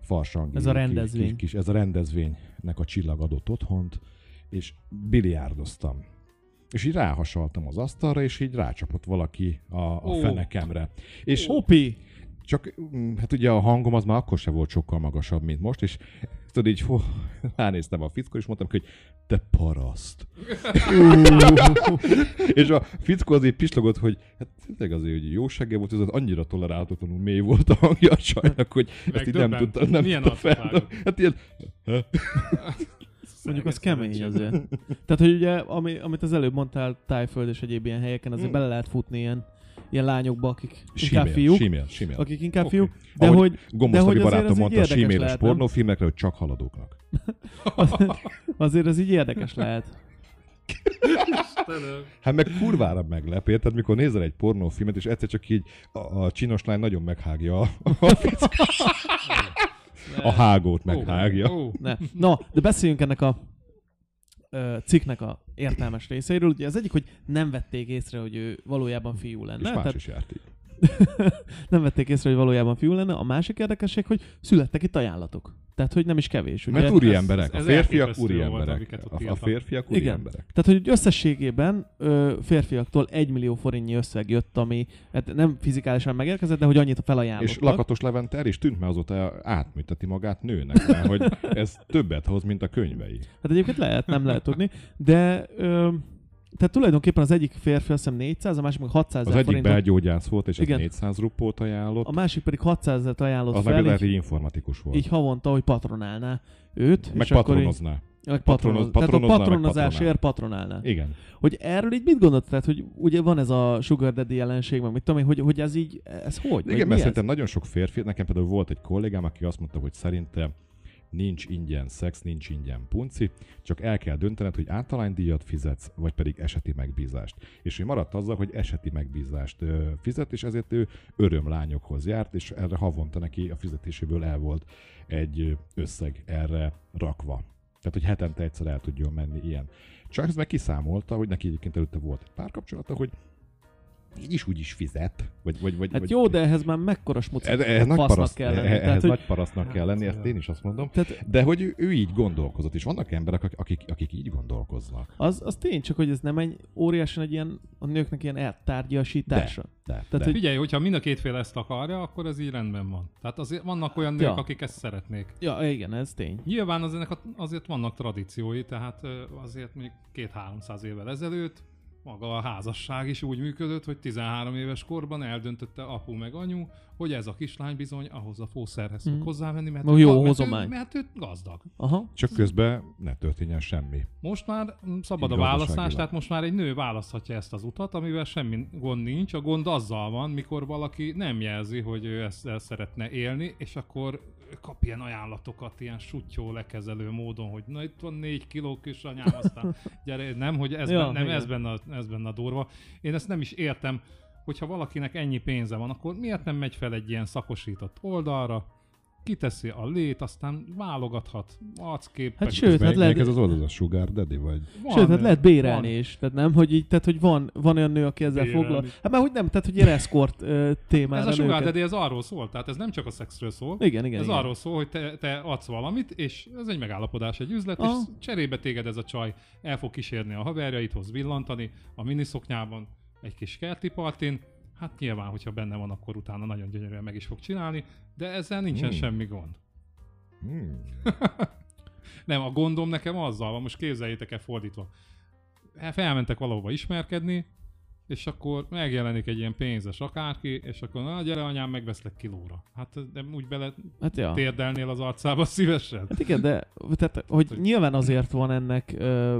D: farsang.
C: Ez a rendezvény.
D: Kis, kis, ez a rendezvénynek a csillag adott otthont, és biliárdoztam. És így ráhasaltam az asztalra, és így rácsapott valaki a, a
E: Ó.
D: fenekemre. És
C: Hopi!
D: csak, mm, hát ugye a hangom az már akkor se volt sokkal magasabb, mint most, és tudod így, hó, ránéztem a fickó, és mondtam, neki, hogy te paraszt. és a fickó azért pislogott, hogy hát tényleg azért, hogy jó segge volt, ez az annyira tolerálhatatlanul mély volt a hangja a sajnak, hogy ezt így nem
E: Megdöbbent.
D: tudtam, nem
E: Milyen
D: tudtam
E: arcot
D: fel.
E: vágott?
D: Hát ilyen,
C: Mondjuk az kemény azért. Tehát, hogy ugye, ami, amit az előbb mondtál, tájföld és egyéb ilyen helyeken,
D: Hmm.
C: azért bele lehet futni ilyen, ilyen lányokba, akik inkább
D: simél,
C: fiúk.
D: simél, simél.
C: Akik inkább
E: Oké.
C: fiúk, de
D: Ahogy
C: hogy de hogy
D: Gomosztavi
C: azért
D: barátom
C: ez így
D: mondta a
C: érdekes
D: síméles
C: lehet, nem?
D: pornófilmekre, hogy csak haladóknak.
C: azért az így érdekes lehet.
D: Hát meg kurvára meglep, érted, mikor nézel egy pornófilmet, és egyszer csak így a, a csinos lány nagyon meghágja a, a fickó. A hágót
E: Ó,
D: meghágja.
E: Ó,
C: Ne. No, de beszéljünk ennek a ö, cikknek a értelmes részeiről. Ugye az egyik, hogy nem vették észre, hogy ő valójában fiú lenne.
D: És más
C: Tehát
D: is járt így.
C: nem vették észre, hogy valójában fiú lenne. A másik érdekesség, hogy születtek itt ajánlatok. Tehát, hogy nem is kevés. Ugye?
D: Mert úriemberek.
E: ez-
D: A
E: ez
D: férfiak
E: elképesztő volt,
D: úriemberek.
E: amiket ott
D: A- A
E: írtak.
D: férfiak
C: Igen.
D: úriemberek.
C: Tehát, hogy összességében ö, férfiaktól 1 millió forintnyi összeg jött, ami hát nem fizikálisan megérkezett, de hogy annyit felajánlottak.
D: És Lakatos Levente el is tűnt, mert azóta átműteti magát nőnek, mert hogy ez többet hoz, mint a könyvei.
C: Hát egyébként lehet, nem lehet tudni, de ö, tehát tulajdonképpen az egyik férfi azt hiszem 400, a másik meg 600
D: Az
C: ezer
D: egyik
C: forintot,
D: belgyógyász volt, és ez
C: Igen.
D: 400 ruppót ajánlott.
C: a másik pedig 600 ezeret ajánlott
D: Az meg
C: fel,
D: lehet,
C: így,
D: hogy informatikus volt.
C: így havonta, hogy patronálná őt.
D: Meg
C: és akkor így-
D: patronozná.
C: Meg
D: patronoz-
C: patronoz, tehát a
D: patronozná, meg
C: patronozásért patronálná.
D: Igen.
C: Hogy erről így mit gondolt? Tehát, hogy ugye van ez a sugar daddy jelenség, meg mit tudom én, hogy, hogy ez így, ez hogy?
D: Igen,
C: Vagy
D: mert
C: mi ez?
D: szerintem nagyon sok férfi, nekem például volt egy kollégám, aki azt mondta, hogy szerintem nincs ingyen szex, nincs ingyen punci, csak el kell döntened, hogy általánydíjat fizetsz, vagy pedig eseti megbízást. És ő maradt azzal, hogy eseti megbízást ö, fizet, és ezért ő örömlányokhoz járt, és erre havonta neki a fizetéséből el volt egy ö, összeg erre rakva. Tehát, hogy hetente egyszer el tudjon menni ilyen. Csak ez meg kiszámolta, hogy neki egyébként előtte volt egy párkapcsolata, hogy így is úgy is fizet. Vagy, vagy, vagy,
C: Hát
D: vagy,
C: jó, de ehhez már mekkora smuc
D: ez, ehhez nagy,
C: fasznak
D: paraszt, eh,
C: kell lenni.
D: ehhez
C: Tehát, hogy-
D: nagy parasztnak kell lenni, ezt én is azt mondom.
C: Tehát
D: De hogy ő, ő így gondolkozott, és vannak emberek, ak- akik, akik így gondolkoznak.
C: az, az tény csak, hogy ez nem egy óriásan egy ilyen, a nőknek ilyen eltárgyasítása.
D: De,
C: Tehát,
D: de.
C: hogy-
E: Figyelj, hogyha mind a két fél ezt akarja, akkor ez így rendben van. Tehát azért vannak olyan nők,
C: Ja.
E: akik ezt szeretnék.
C: Ja, igen, ez tény.
E: Nyilván az ennek a, azért vannak tradíciói, tehát ö, azért mondjuk két-háromszáz évvel ezelőtt maga a házasság is úgy működött, hogy 13 éves korban eldöntötte apu meg anyu, hogy ez a kislány bizony ahhoz a fószerhez fog
C: Mhm.
E: hozzávenni, mert,
C: Ó, jó
E: mert,
C: hozomány.
E: ő, mert ő gazdag.
C: Aha.
D: Csak közben ne történjen semmi.
E: Most már mm, szabad
D: Így gazdaságilag.
E: a választás, tehát most már egy nő választhatja ezt az utat, amivel semmi gond nincs. A gond azzal van, mikor valaki nem jelzi, hogy ő ezt el szeretne élni, és akkor kap ilyen ajánlatokat, ilyen sutyó lekezelő módon, hogy na itt van négy kiló kisanyám, aztán gyere, nem, hogy ez,
C: Ja,
E: ja, nem, ez,
C: igen.
E: benne, a- ez benne a durva. Én ezt nem is értem, hogyha valakinek ennyi pénze van, akkor miért nem megy fel egy ilyen szakosított oldalra, kiteszi a lét, aztán válogathat arcképet.
C: Hát sőt,
D: ez
C: hát lehet,
D: ez az oldal, a Sugar Daddy, vagy?
E: Van,
C: Sőt, hát lehet bérelni
E: van.
C: is. Tehát nem, hogy így, tehát hogy van, van olyan nő, aki ezzel
E: Bérelni.
C: foglal. Hát már hogy nem, tehát hogy ilyen eszkort ö, témára
E: Ez a
C: nőket.
E: sugar daddy, ez arról szól, tehát ez nem csak a szexről szól.
C: Igen, igen.
E: ez
C: igen.
E: arról szól, hogy te, te adsz valamit, és ez egy megállapodás, egy üzlet,
C: Aha.
E: és cserébe téged ez a csaj el fog kísérni a haverjait, hoz villantani, a miniszoknyában, egy kis kerti partin, hát nyilván, hogyha benne van, akkor utána nagyon gyönyörűen meg is fog csinálni, de ezzel nincsen
D: Hmm.
E: semmi gond.
D: Hmm.
E: Nem, a gondom nekem azzal van, most képzeljétek el fordítva. Felmentek valahova ismerkedni, és akkor megjelenik egy ilyen pénzes akárki, és akkor na gyere anyám, megveszlek kilóra. Hát nem úgy bele
C: Hát ja.
E: térdelnél az arcába szívesen.
C: Hát igen, de tehát, hogy nyilván azért van ennek ö,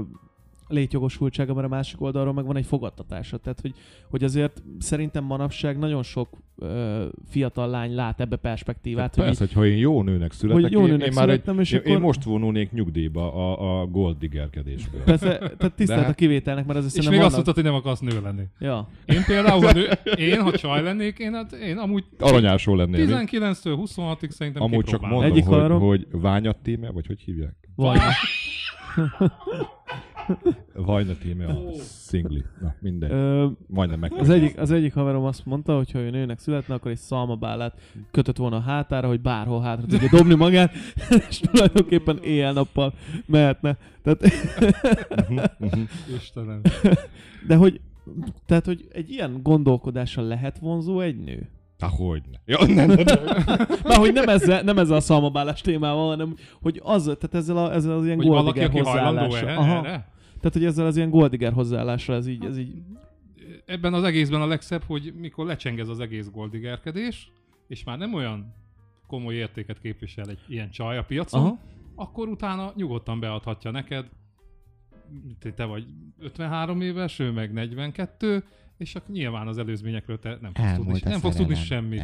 C: létjogosultsága, mert a másik oldalról meg van egy fogadtatása. Tehát, hogy, hogy azért szerintem manapság nagyon sok ö, fiatal lány lát ebbe perspektívát,
D: Hát,
C: hogy így,
D: persze, hogy ha én jó nőnek születek,
C: jó
D: én,
C: nőnek
D: én, már
C: születtem,
D: egy,
C: és
D: én,
C: akkor-
D: én most vonulnék nyugdíjba a, a gold diggerkedésből.
C: persze, tehát tisztelt
D: De- hát-
C: a kivételnek, mert azért
E: És még
C: szerintem
E: azt
C: vannak...
E: mondtad, hogy nem akarsz nő lenni.
C: Ja.
E: Én például, nő, én ha csaj lennék, én, hát, én amúgy
D: Aranyásról lennél. mi?
E: 19-től 26-ig szerintem
D: Amúgy csak
E: kipróbálnám.
D: mondom,
C: Egyik
D: hogy,
C: haverom-
D: hogy ványatíme, vagy hogy hívják?
C: Vagy.
D: Vajnatíme a szingli. Na, mindegy.
C: Ö,
D: Majdnem meg.
C: az, egyik, az egyik haverom azt mondta, hogy ha ő nőnek születne, akkor egy szalmabálát kötött volna a hátára, hogy bárhol hátra tudja dobni magát, és tulajdonképpen éjjel-nappal mehetne. Tehát
E: Istenem.
C: De hogy, tehát, hogy egy ilyen gondolkodással lehet vonzó egy nő?
D: Há, hogy ne. Ja, nem, nem, nem.
C: Már hogy nem ezzel, nem ezzel a szalmabálás témával, hanem hogy az, tehát ezzel, a, ezzel az ilyen
E: Hogy valaki,
C: Goldiger
E: aki hajlandó
C: hozzáállással.
E: erre,
C: Aha.
E: erre?
C: Tehát, hogy ezzel az ilyen Goldiger hozzáállással, ez így, ez így.
E: ebben az egészben a legszebb, hogy mikor lecsengez az egész goldigerkedés, és már nem olyan komoly értéket képvisel egy ilyen csaj a piacon,
C: Aha.
E: Aha. akkor utána nyugodtan beadhatja neked, te, te vagy 53 éves, ő meg 42, és akkor nyilván az előzményekről te nem fogsz tudni, nem fogsz tudni semmit.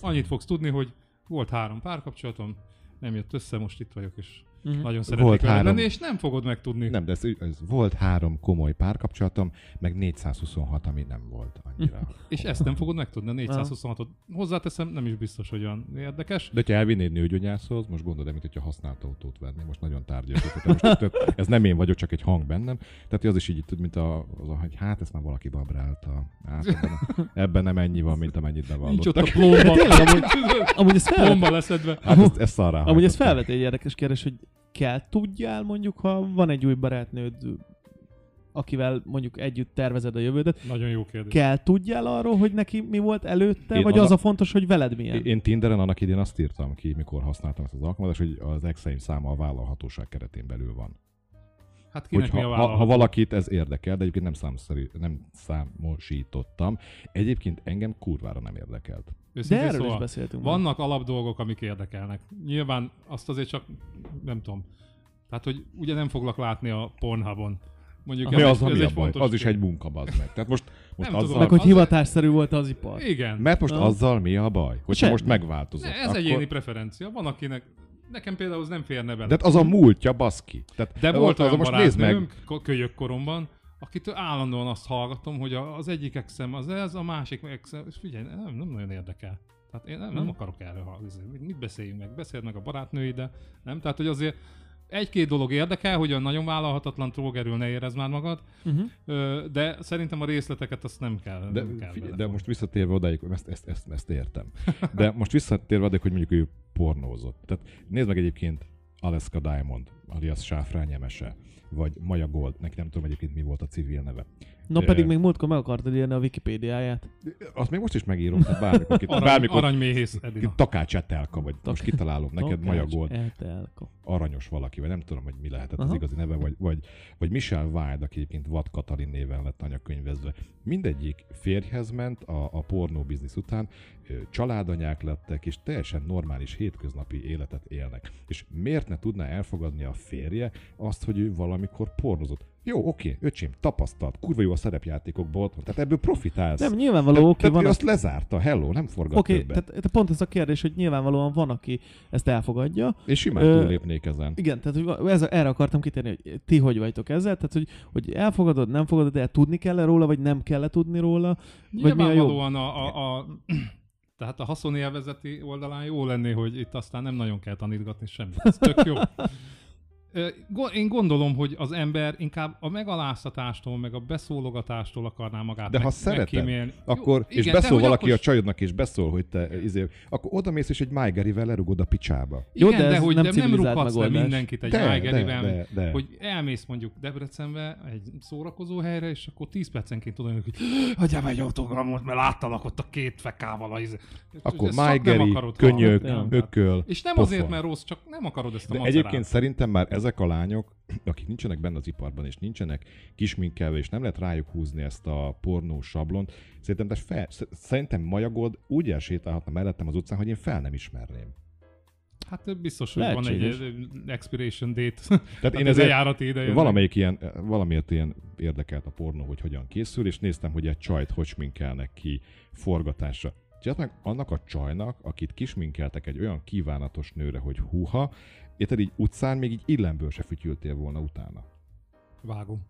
E: Annyit fogsz tudni, hogy volt három párkapcsolatom, nem jött össze, most itt vagyok, és
C: Mhm.
E: nagyon szeretnék
D: Volt
E: vele
D: három.
E: lenni, és nem fogod megtudni.
D: Nem, de ez, ez volt három komoly párkapcsolatom, meg 426, ami nem volt annyira.
E: És ezt nem fogod megtudni, a 426-ot. Hozzáteszem, nem is biztos, hogy olyan érdekes.
D: De ha elvinnéd nőgyógyászhoz, most gondolod, mint hogyha használt autót venni, most nagyon tárgyasítok. Most itt, tehát ez nem én vagyok, csak egy hang bennem. Tehát az is így, tudod, mint a, az a hogy hát ezt már valaki babrálta. Hát, ebben, ebben, nem ennyi van, mint amennyit
E: Nincs ott a
D: bevallottak.
E: plomba.
C: tényleg, amúgy- Amúgy ez felvet,
E: Plomba leszedve.
D: Hát ezt, ezt szarrá
C: amúgy ez
D: hajtották.
C: felvet egy érdekes kérdés, hogy kell tudjál mondjuk, ha van egy új barátnőd, akivel mondjuk együtt tervezed a jövődet,
E: Nagyon jó kérdés.
C: kell tudjál arról, hogy neki mi volt előtte,
D: Én
C: vagy
D: az
C: az
D: a-
C: a fontos, hogy veled milyen?
D: Én Tinderen annak idén azt írtam ki, mikor használtam ezt az alkalmazást, hogy az exeim száma a vállalhatóság keretén belül van.
E: Hát kinek mi a
D: Hogyha, ha,
E: vállalat?
D: ha valakit ez érdekel, de egyébként nem, számszerű, nem számosítottam. Egyébként engem kurvára nem érdekelt.
E: Őszintén
C: De erről
E: szóval.
C: is beszéltünk. már.
E: Vannak alapdolgok, amik érdekelnek. Nyilván azt azért csak, nem tudom. Tehát, hogy ugye nem foglak látni a Pornhubon. Mondjuk
D: Mi az,
E: ez
D: ami a baj?
E: fontos
D: Az is
E: tény.
D: egy munka, bazd meg. Tehát most, most
E: tudom.
D: azzal...
C: Meg hogy
E: Azért-
C: hivatásszerű volt az ipar.
E: Igen.
D: Mert most
C: Ah.
D: azzal mi a baj? Hogyha
C: Semmi.
D: most megváltozott.
E: Ne, ez akkor... egyéni preferencia. Van, akinek... Nekem például az nem férne bele.
D: De hát az a múltja, baszki. Tehát
E: De volt
D: az,
E: olyan
D: most
E: most
D: nézd meg.
E: barátnőm, ko- kölyök koromban, akitől állandóan azt hallgatom, hogy a- az egyik exem az ez, a másik exem, és figyelj, nem, nem nagyon érdekel. Tehát én nem, nem
D: Hm.
E: akarok erről hallgatni. Mit beszéljünk meg? Beszéld meg a barátnőiddel, nem? Tehát, hogy azért egy-két dolog érdekel, hogy olyan nagyon vállalhatatlan trógerül ne érezd már magad,
C: Uh-huh.
E: ö, de szerintem a részleteket azt nem kell.
D: Hm. De,
E: nem kell
D: figyelj, de
E: belefogni.
D: most visszatérve odáig, ezt, ezt, ezt, ezt értem. De most visszatérve odáig, hogy mondjuk ő pornózott. Tehát nézd meg egyébként Alaska Diamond, alias Sáfrány Emese, vagy Maja Gold, neki nem tudom egyébként mi volt a civil neve.
C: Na
D: Ö,
C: pedig még múltkor meg akartad írni a Wikipédiáját.
D: Azt még most is megírom, tehát bármikor, kit,
E: Arany,
D: bármikor
E: aranyméhész Edina.
D: Takács Etelka, vagy most kitalálom neked, Maja
C: Tolkács
D: Gold.
C: Etelka.
D: aranyos valaki, vagy nem tudom, hogy mi lehetett az
C: Aha.
D: igazi neve, vagy, vagy, vagy Michel Vájd, aki egyébként Vad Katalin néven lett anyakönyvezve. Mindegyik férjhez ment a, a pornó biznisz után, ö, családanyák lettek, és teljesen normális hétköznapi életet élnek. És miért ne tudná elfogadni a férje azt, hogy ő valamikor pornozott? Jó, oké, öcsém, tapasztalt, kurva jó a szerepjátékokból otthon, tehát ebből profitálsz.
C: Nem,
D: Te-
C: nyilvánvaló, oké,
D: tehát
C: van
D: ő
C: az
D: azt lezárta, hello, nem forgat
C: Oké, okay,
D: többet.
C: tehát tehát pont ez a kérdés, hogy nyilvánvalóan van, aki ezt elfogadja.
D: És simán
C: Ö,
D: túllépnék ezen.
C: Igen, tehát hogy va- ez, erre akartam kitérni, hogy ti hogy vagytok ezzel, tehát hogy, hogy elfogadod, nem fogadod, el, tudni kell -e róla, vagy nem kell -e tudni róla. Vagy mi a jobb?
E: Nyilvánvalóan a, a, a, tehát a haszonélvezeti oldalán jó lenné, hogy itt aztán nem nagyon kell tanítgatni semmit. Ez tök jó. Ö, go- Én gondolom, hogy az ember inkább a megaláztatástól, meg a beszólogatástól akarná magát
D: De ha
E: meg-
D: szereted,
E: megkímélni. Jó,
D: Akkor, és
E: igen, de
D: beszól
E: hogy
D: valaki
E: akkor-
D: a csajodnak, és beszól, hogy te eh, izé, akkor oda mész, és egy májgerivel lerugod a picsába.
C: Jó,
E: Igen,
C: de
E: de,
C: ez
E: hogy
C: nem
E: nem, nem
C: civilizált
E: rukadsz le
C: megoldás.
E: mindenkit egy
D: De,
E: ágerivel,
D: de, de, de.
E: hogy elmész mondjuk Debrecenbe egy szórakozó helyre, és akkor 10 percenként tudod, hogy hagyjál meg egy autogramot, mert láttalak ott a két fekával. A izé.
D: Akkor
E: Ezt csak nem
D: májgeri,
E: akarod
D: könyök,
E: hallani, nem?
D: ököl,
E: És nem
D: pofon.
E: azért, mert rossz, csak nem akarod ezt a
D: De
E: macerát.
D: egyébként szerintem már ezek a lányok, akik nincsenek benne az iparban, és nincsenek kisminkelve, és nem lehet rájuk húzni ezt a pornó sablont, szerintem, de fel, szerintem majagod úgy elsétálhatna mellettem az utcán, hogy én fel nem ismerném.
E: Hát biztos, hogy
C: Lehetséges.
E: van egy eh, expiration date.
D: Tehát
E: Én
D: Hát én
E: Hát ez
D: ezért
E: lejárati ideje.
D: Valamelyik ilyen, valamiért ilyen érdekelt a pornó, hogy hogyan készül, és néztem, hogy egy csajt hogy sminkelnek ki forgatásra. Tehát meg annak a csajnak, akit kisminkeltek egy olyan kívánatos nőre, hogy húha, érted így utcán még így illemből se fütyültél volna utána.
E: Vágom.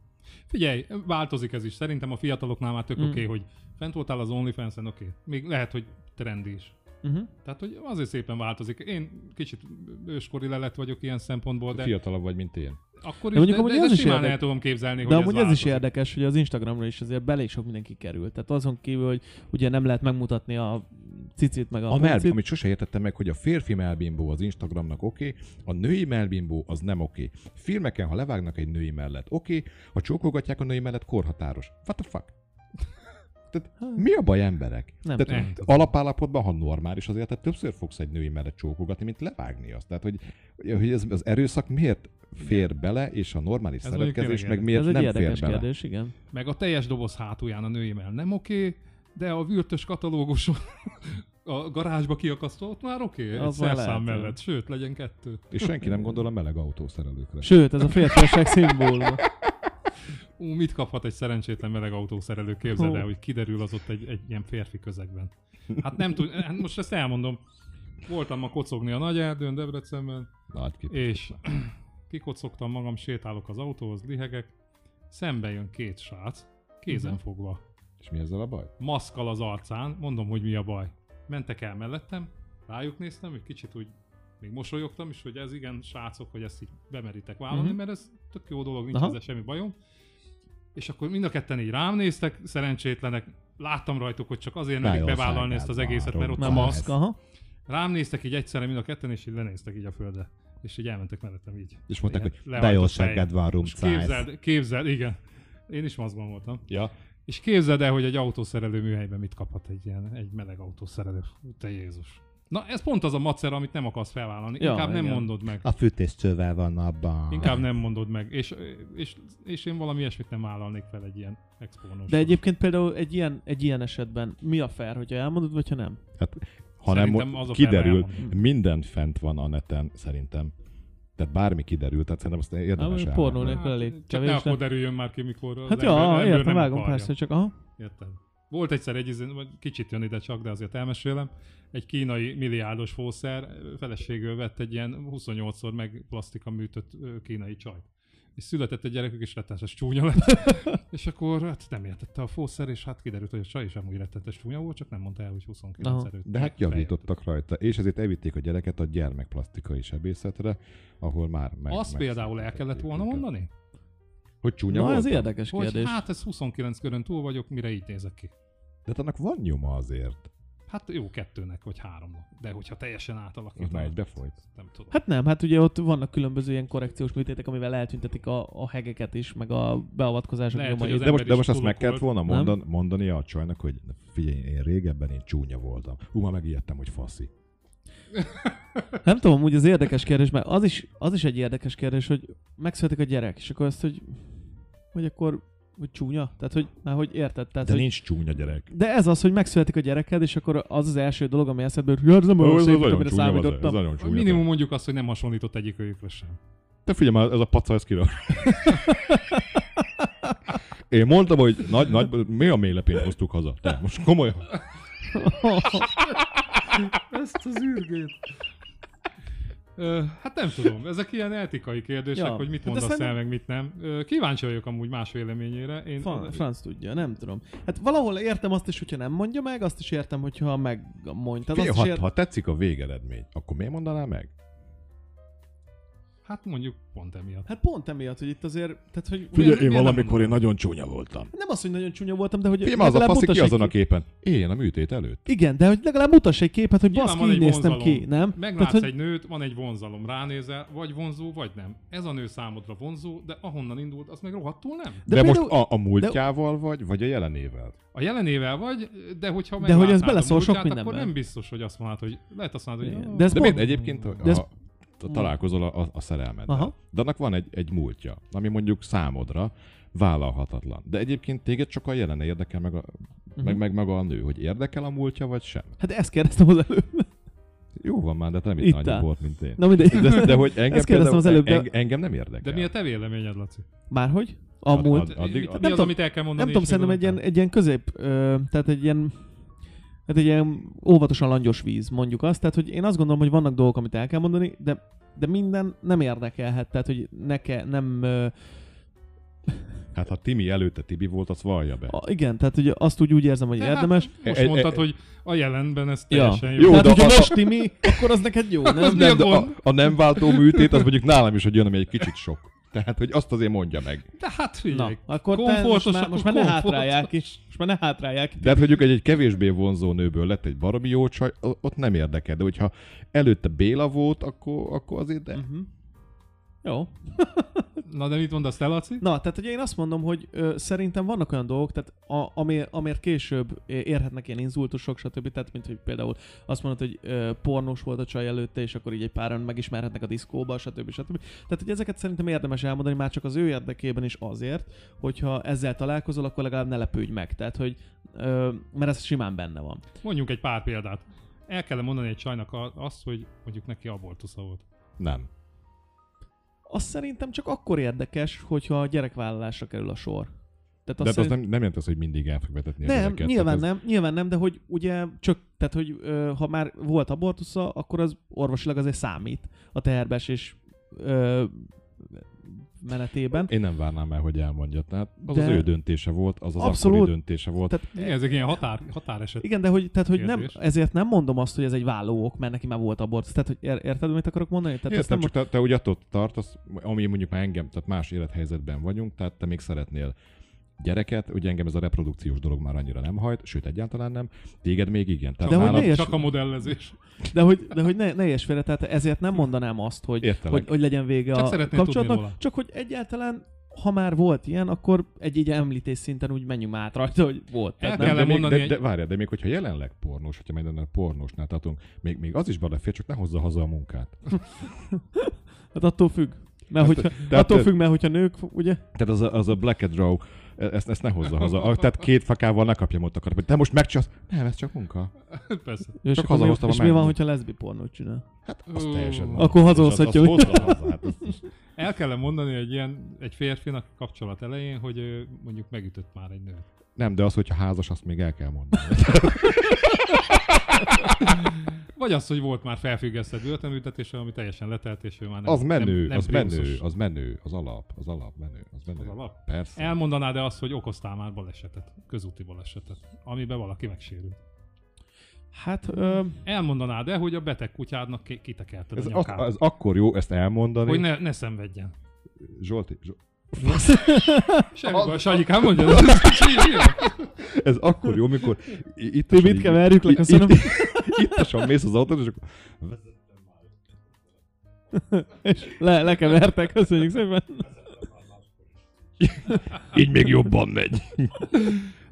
E: Figyelj, változik ez is. Szerintem a fiataloknál már tök
C: Mm.
D: Hmm.
E: oké, hogy fent voltál az OnlyFans-en, oké. Még lehet, hogy trend is.
C: Uh-huh.
E: Tehát, hogy azért szépen változik. Én kicsit őskori lelet vagyok ilyen szempontból,
D: De...
E: de
D: Fiatalabb vagy, mint én.
E: akkor
C: De
E: is, de,
C: mondjuk
E: de,
C: amúgy
E: de
C: az is
E: simán
C: érdek-
E: el tudom képzelni,
C: De
E: hogy
C: amúgy ez is
E: változik.
C: érdekes, hogy az Instagramra is azért belé sok mindenki kerül. Tehát azon kívül, hogy ugye nem lehet megmutatni a cicit meg a,
D: A melbim,
C: puncit.
D: amit sose értettem meg, hogy a férfi melbimbó az Instagramnak oké, okay, a női melbimbó az nem oké. Okay. Filmeken, ha levágnak egy női mellett, oké, okay, ha csókolgatják a női mellett, korhatáros. What the fuck? Tehát mi a baj emberek?
C: Hát. Nem
D: Tehát
E: tudom.
D: alapállapotban, ha normális azért, tehát többször fogsz egy női mellett csókolgatni, mint levágni azt. Tehát, hogy, hogy ez, az erőszak miért fér bele, és a normális
E: Ez mondjuk
D: szeretkezés
E: tényleg
D: meg miért
C: Ez egy
D: nem fér
C: érdekes
D: bele.
C: kérdés, igen.
E: Meg a teljes doboz hátulján a nőimmel nem oké, de a vürtös katalóguson a garázsba kiakasztva, ott már oké, egy
C: Az már
E: szerszám
C: lehet,
E: mellett, sőt, legyen kettő.
D: És senki nem gondol a meleg autószerelőkre.
C: Sőt, ez a férfiasság szimbóluma.
E: Ú, mit kaphat egy szerencsétlen meleg autószerelő, képzeld el,
C: Hú.
E: hogy kiderül az ott egy, egy ilyen férfi közegben. Hát nem tud, hát most
D: hát
E: ezt elmondom. Voltam ma kocogni a nagy erdőn Debrecenben,
D: Nagy kép.
E: és kikocogtam magam, sétálok az autóhoz, lihegek, szembe jön két srác, kézen
C: Mhm.
E: fogva,
D: És mi ezzel a baj?
E: maszkal az arcán, mondom, hogy mi a baj. Mentek el mellettem, rájuk néztem, egy kicsit úgy még mosolyogtam is, hogy ez igen, srácok, hogy ezt így bemeritek vállalni,
C: Mhm.
E: mert ez tök jó dolog, nincs
C: Aha.
E: Aha. ezzel semmi bajom. És akkor mind a ketten így rám néztek, szerencsétlenek, láttam rajtuk, hogy csak azért merik
D: Nagyon
E: bevállalni
D: szájkád
E: ezt az egészet, mert ott
D: várom.
E: a
C: Már
D: Már
E: maszk.
C: maszk, aha.
E: Rám néztek így egyszerre mind a ketten, és így lenéztek így a földre. És így elmentek mellettem így.
F: És mondták,
E: Igen,
F: hogy
E: lehajtott
F: de jó
E: fej.
F: segged van,
E: És
F: rumcájsz.
E: képzeld, képzeld, igen. Én is mazban voltam.
D: Ja,
E: És képzeld el, hogy egy autószerelő műhelyben mit kaphat egy ilyen, egy meleg autószerelő. Hú, Te Jézus. Na ez pont az a macer, amit nem akarsz felvállalni.
C: Ja,
E: Ja, Inkább nem
C: igen. Ah.
E: mondod meg.
F: A fűtéscsővel van abban.
E: Inkább nem mondod meg. És, és, és én valami ilyesmit nem vállalnék fel egy ilyen expónos.
C: De egyébként például egy ilyen, egy ilyen esetben mi a fair, hogyha elmondod, vagy ha nem?
D: hanem
E: Szerintem az a
D: kiderül,
E: fel elmondani.
D: minden fent van a neten, szerintem. Tehát bármi kiderül, tehát szerintem azt érdemes
C: Á,
D: el.
C: pornó nélkül elég
E: Hát, csak
C: kevés,
E: ne
C: de-
E: akkor derüljön már ki, mikor az
C: Hát
E: ember-
C: ja,
E: ember
C: értem,
E: nem
C: vágom
E: akarja.
C: persze, csak aha.
E: Értem. Volt egyszer egy, izé- vagy kicsit jön ide csak, de azért elmesélem, egy kínai milliárdos fószer feleségül vett egy ilyen 28-szor meg plastika műtött ö, kínai csaj. És született egy gyerekük, és rettenetes csúnya lett. és akkor hát nem értette a fószer, és hát kiderült, hogy a csaj is amúgy rettenetes csúnya volt, csak nem mondta el, hogy 29
C: Aha.
E: előtt.
D: De hát javítottak rajta, és ezért evitték a gyereket a gyermekplasztikai sebészetre, ahol már meg...
E: Azt
D: meg
E: például el kellett volna mondani?
D: Hogy csúnya
C: Na, ez
D: voltam?
C: érdekes
E: Hogy
C: kérdés.
E: hát ez 29 körön túl vagyok, mire így nézek ki.
D: De hát annak van nyoma azért.
E: Hát jó kettőnek, vagy háromnak. De hogyha teljesen
D: Ott
E: átalakítom,
D: már egybe folyt.
E: nem tudom.
C: Hát nem, hát ugye ott vannak különböző ilyen korrekciós műtétek, amivel eltüntetik a, a hegeket is, meg a beavatkozások
E: Lehet, hogy
C: nyomait.
E: az
D: De most,
E: ember
D: de
E: is
D: most azt meg
E: tudok
D: kellett
E: volt.
D: volna mondan, mondania a csajnak, hogy figyelj, én régebben én csúnya voltam. Hú, már megijedtem, hogy faszi.
C: Nem tudom, úgy az érdekes kérdés, mert az is, az is egy érdekes kérdés, hogy megszületik a gyerek, és akkor azt, hogy, hogy akkor hogy csúnya? Tehát, hogy már hogy érted? Tehát,
D: De
C: hogy,
D: nincs csúnya gyerek.
C: de ez az, hogy megszületik a gyereked, és akkor az az első dolog, ami eszedbe jut, hogy ez nem
D: Ó,
C: olyan
D: ez,
C: szép,
D: nagyon
C: amire
D: csúnya, az- ez
C: számítottam.
D: nagyon csúnya.
E: Minimum mondjuk azt, hogy nem hasonlított egyik őjükre sem.
D: Te figyelj, ez a paca, ez kirak. Én mondtam, hogy nagy, nagy, mi a mélepényt hoztuk haza? Te, most komolyan.
C: Hát
E: Ezt az űrgét. Ö, Hát nem tudom, ezek ilyen etikai kérdések,
C: Ja,
E: ja, hogy mit
C: hát
E: mondasz
C: ezt nem-
E: el, meg mit nem. Ö, Kíváncsi vagyok amúgy más véleményére. Én
C: Fran- Franz tudja, nem tudom. Hát valahol értem azt is, hogyha nem mondja meg, azt is értem, hogyha megmondja. Tehát
D: Figyelj,
C: azt is
D: ha,
C: értem.
D: ha tetszik a végeredmény, akkor miért mondaná meg?
E: Hát mondjuk pont emiatt.
C: Hát pont emiatt, hogy itt azért, tehát hogy
E: Figyelj, én valamikor
D: én nagyon csúnya voltam.
C: nem az, hogy nagyon csúnya voltam, de hogy
D: Figyelj, már az a
C: legalább
D: faszi ki
C: mutass egy
D: azon a
C: kép-
D: képen? Én a műtét előtt.
C: Igen, de hogy legalább mutass egy képet, hogy
E: Nyilván
C: baszki,
E: van
C: így
E: egy
C: néztem
E: vonzalom.
C: ki, nem?
E: Meglátsz
C: hogy-
E: egy nőt, van egy vonzalom, ránézel, vagy vonzó, vagy nem. Ez a nő számodra vonzó, de ahonnan indult, az meg rohadtul nem.
D: De,
C: De
D: de most
C: például-
D: a, a múltjával vagy, vagy a jelenével?
E: A jelenével vagy, de hogyha
C: De hogy ez
E: meglátnád a
C: beleszól sok
E: múltját, akkor
C: mindenbe.
E: nem biztos, hogy azt mondod, hogy lehet azt mondod, hogy
C: Igen.
E: jó,
C: De ez
D: De
C: pont...
D: miért egyébként, ha
C: De ez-
D: ha találkozol a, a, a szerelmeddel,
C: Aha.
D: de annak van egy, egy múltja, ami mondjuk számodra vállalhatatlan. De egyébként téged csak a jelene érdekel, meg, a,
C: Mhm.
D: uh-huh. meg, meg maga a nő, hogy érdekel a múltja, vagy sem.
C: Hát ezt kérdeztem az előbb.
D: Jó van már, de te nem
C: Itt
D: itt
C: áll.
D: nagyobb volt, mint én.
C: Na mindegy.
D: De, de hogy engem,
C: Ezt kérdeztem az előbb, de-
D: eng- engem nem érdekel.
E: De mi a te véleményed, Laci?
C: Márhogy?
D: Ad-
C: A múlt.
D: ad- addig,
E: mi, mi
C: nem
E: az,
C: tudom-
E: amit el kell mondani?
C: Nem tudom,
E: és
C: szerintem
E: mit
C: egy ilyen,
E: nem?
C: egy ilyen közép, ö, tehát egy ilyen hát egy ilyen óvatosan langyos víz, mondjuk azt. Tehát, hogy én azt gondolom, hogy vannak dolgok, amit el kell mondani, de, de minden nem érdekelhet. Tehát, hogy neke nem... Ö,
D: Hát ha Timi előtte Tibi volt, az vallja be.
C: a, igen, tehát hogy azt úgy, úgy érzem, hogy
E: De
C: érdemes.
E: Hát, most
D: E- e-
E: mondtad,
D: e-
E: hogy a jelenben ez
C: Ja.
E: teljesen jó.
D: Jó,
C: tehát,
D: de
C: hogyha
D: a-
C: most Timi, akkor az neked jó, nem?
D: nem, de
E: mi a
D: a,
E: gond?
D: a nem váltó műtét, az mondjuk nálam is, hogy jön, ami egy kicsit sok. Tehát, hogy azt azért mondja meg.
E: De hát
C: Na,
E: figyelj,
C: akkor te most
E: komfortos,
C: már,
E: akkor
C: most már ne
E: komfort.
C: hátrálják is. Most már ne hátrálják.
D: De hát mondjuk egy, egy kevésbé vonzó nőből lett egy baromi jó csaj, o- ott nem érdekel. De hogyha előtte Béla volt, akkor, akkor azért de.
C: Uh-huh. Jó,
E: Na de mit mondasz te, Laci?
C: Na, tehát ugye én azt mondom, hogy ö, szerintem vannak olyan dolgok, tehát a, ami, amért később é- érhetnek ilyen inzultusok, stb. Tehát, mint hogy például azt mondod, hogy ö, pornós volt a csaj előtte, és akkor így egy páran megismerhetnek a diszkóba, stb. stb. Tehát, hogy ezeket szerintem érdemes elmondani már csak az ő érdekében is azért, hogyha ezzel találkozol, akkor legalább ne lepődj meg. Tehát, hogy ö, mert ez simán benne van.
E: Mondjunk egy pár példát. El kell mondani egy csajnak a- azt, hogy mondjuk neki abortusza volt.
D: nem.
C: Hát Azt szerintem csak akkor érdekes, hogyha a gyerekvállalásra kerül a sor. Tehát
D: De
C: azt
D: hát az nem, nem jelenti az, hogy mindig el fog vetetni a
C: Nem,
D: gyereket.
C: nyilván
D: Tehát
C: nem, nyilván nem, de hogy ugye csak, tehát hogy ö, ha már volt abortusza, akkor az orvosilag azért számít a teherbes és ö, menetében.
D: Én nem várnám el, hogy elmondja. Tehát az
C: De-
D: az ő döntése volt, az az
C: Abszolút.
D: akkori döntése volt.
C: Tehát,
E: Igen, ezek ilyen határ, határeset.
C: igen, de hogy, tehát, hogy nem,
E: Kérdés.
C: ezért nem mondom azt, hogy ez egy vállóok, mert neki már volt abortusz. Tehát, hogy ér- érted, mit akarok mondani? Tehát
D: Tehát
C: ezt nem
D: Értem,
C: most
D: csak te, te úgy attól tartasz, ami mondjuk már engem, tehát más élethelyzetben vagyunk, tehát te még szeretnél gyereket, ugye engem ez a reprodukciós dolog már annyira nem hajt, sőt egyáltalán nem, téged még igen. Tehát
C: De hogy
D: nálad
C: ne
E: Csak a modellezés.
C: De hogy, de hogy ne, ne érts félre, tehát ezért nem mondanám azt, hogy,
D: Értelek.
C: hogy, hogy legyen vége
E: Csak
C: a
E: szeretném
C: kapcsolatnak,
E: tudni róla.
C: csak hogy egyáltalán ha már volt ilyen, akkor egy így említés szinten úgy menjünk át rajta, hogy volt.
E: El
C: Tehát
E: kell
C: nem,
D: de, még,
E: mondani
D: de,
E: egy-
D: de, várjál, de még hogyha jelenleg pornós, hogyha majd ennél pornósnál tartunk, még, még az is belefér, csak ne hozza haza a munkát.
C: hát attól függ. Mert
D: Hát,
C: hogyha,
D: tehát-
C: attól függ, mert hogyha nők, ugye?
D: Tehát az a, az a Black and Draw, e- ezt, ezt ne hozza haza. A- Tehát két fakával ne kapjam ott akar, de most megcsinálsz. Nem, ez csak munka.
E: Hát Persze.
C: Jó, és
D: Csak
C: akkor mi,
D: hazahoztam a
C: és mi van,
D: mennyit.
C: hogyha leszbi pornót csinál?
D: Hát az teljesen.
E: Ó.
D: más.
C: Akkor hazahozhatja,
D: hazahozhatja.
C: hogy-
D: Hát, ez-
E: El kellene mondani egy ilyen, egy férfinak a kapcsolat elején, hogy ö, mondjuk megütött már egy nőt.
D: nem, de az, hogyha házas, azt még el kell mondani.
E: Vagy az, hogy volt már felfüggesztett börtönbüntetése, ami teljesen letelt, és ő már nem
D: Az menő,
E: nem, nem
D: az
E: Priusos.
D: menő, az menő, az alap, az alap menő, az menő.
E: Az alap?
D: Persze.
E: Elmondanád de azt, hogy okoztál már balesetet, közúti balesetet, amiben valaki megsérült.
C: Hát, ö,
E: Elmondanád de hogy a beteg kutyádnak ki- kitekerted
D: ez,
E: a
D: ak-
E: nyakát,
D: ez akkor jó ezt elmondani.
E: hogy ne, ne szenvedjen.
D: Zsolti, Zsolti,
E: Semmi baj, Sanyikám, mondja, ez
D: ez akkor jó, mikor i- itt
C: ti mit keverjük le, köszönöm.
D: Itt, ittasan mész az autón, és akkor
C: És le, lekevertek, köszönjük szépen.
D: így még jobban megy.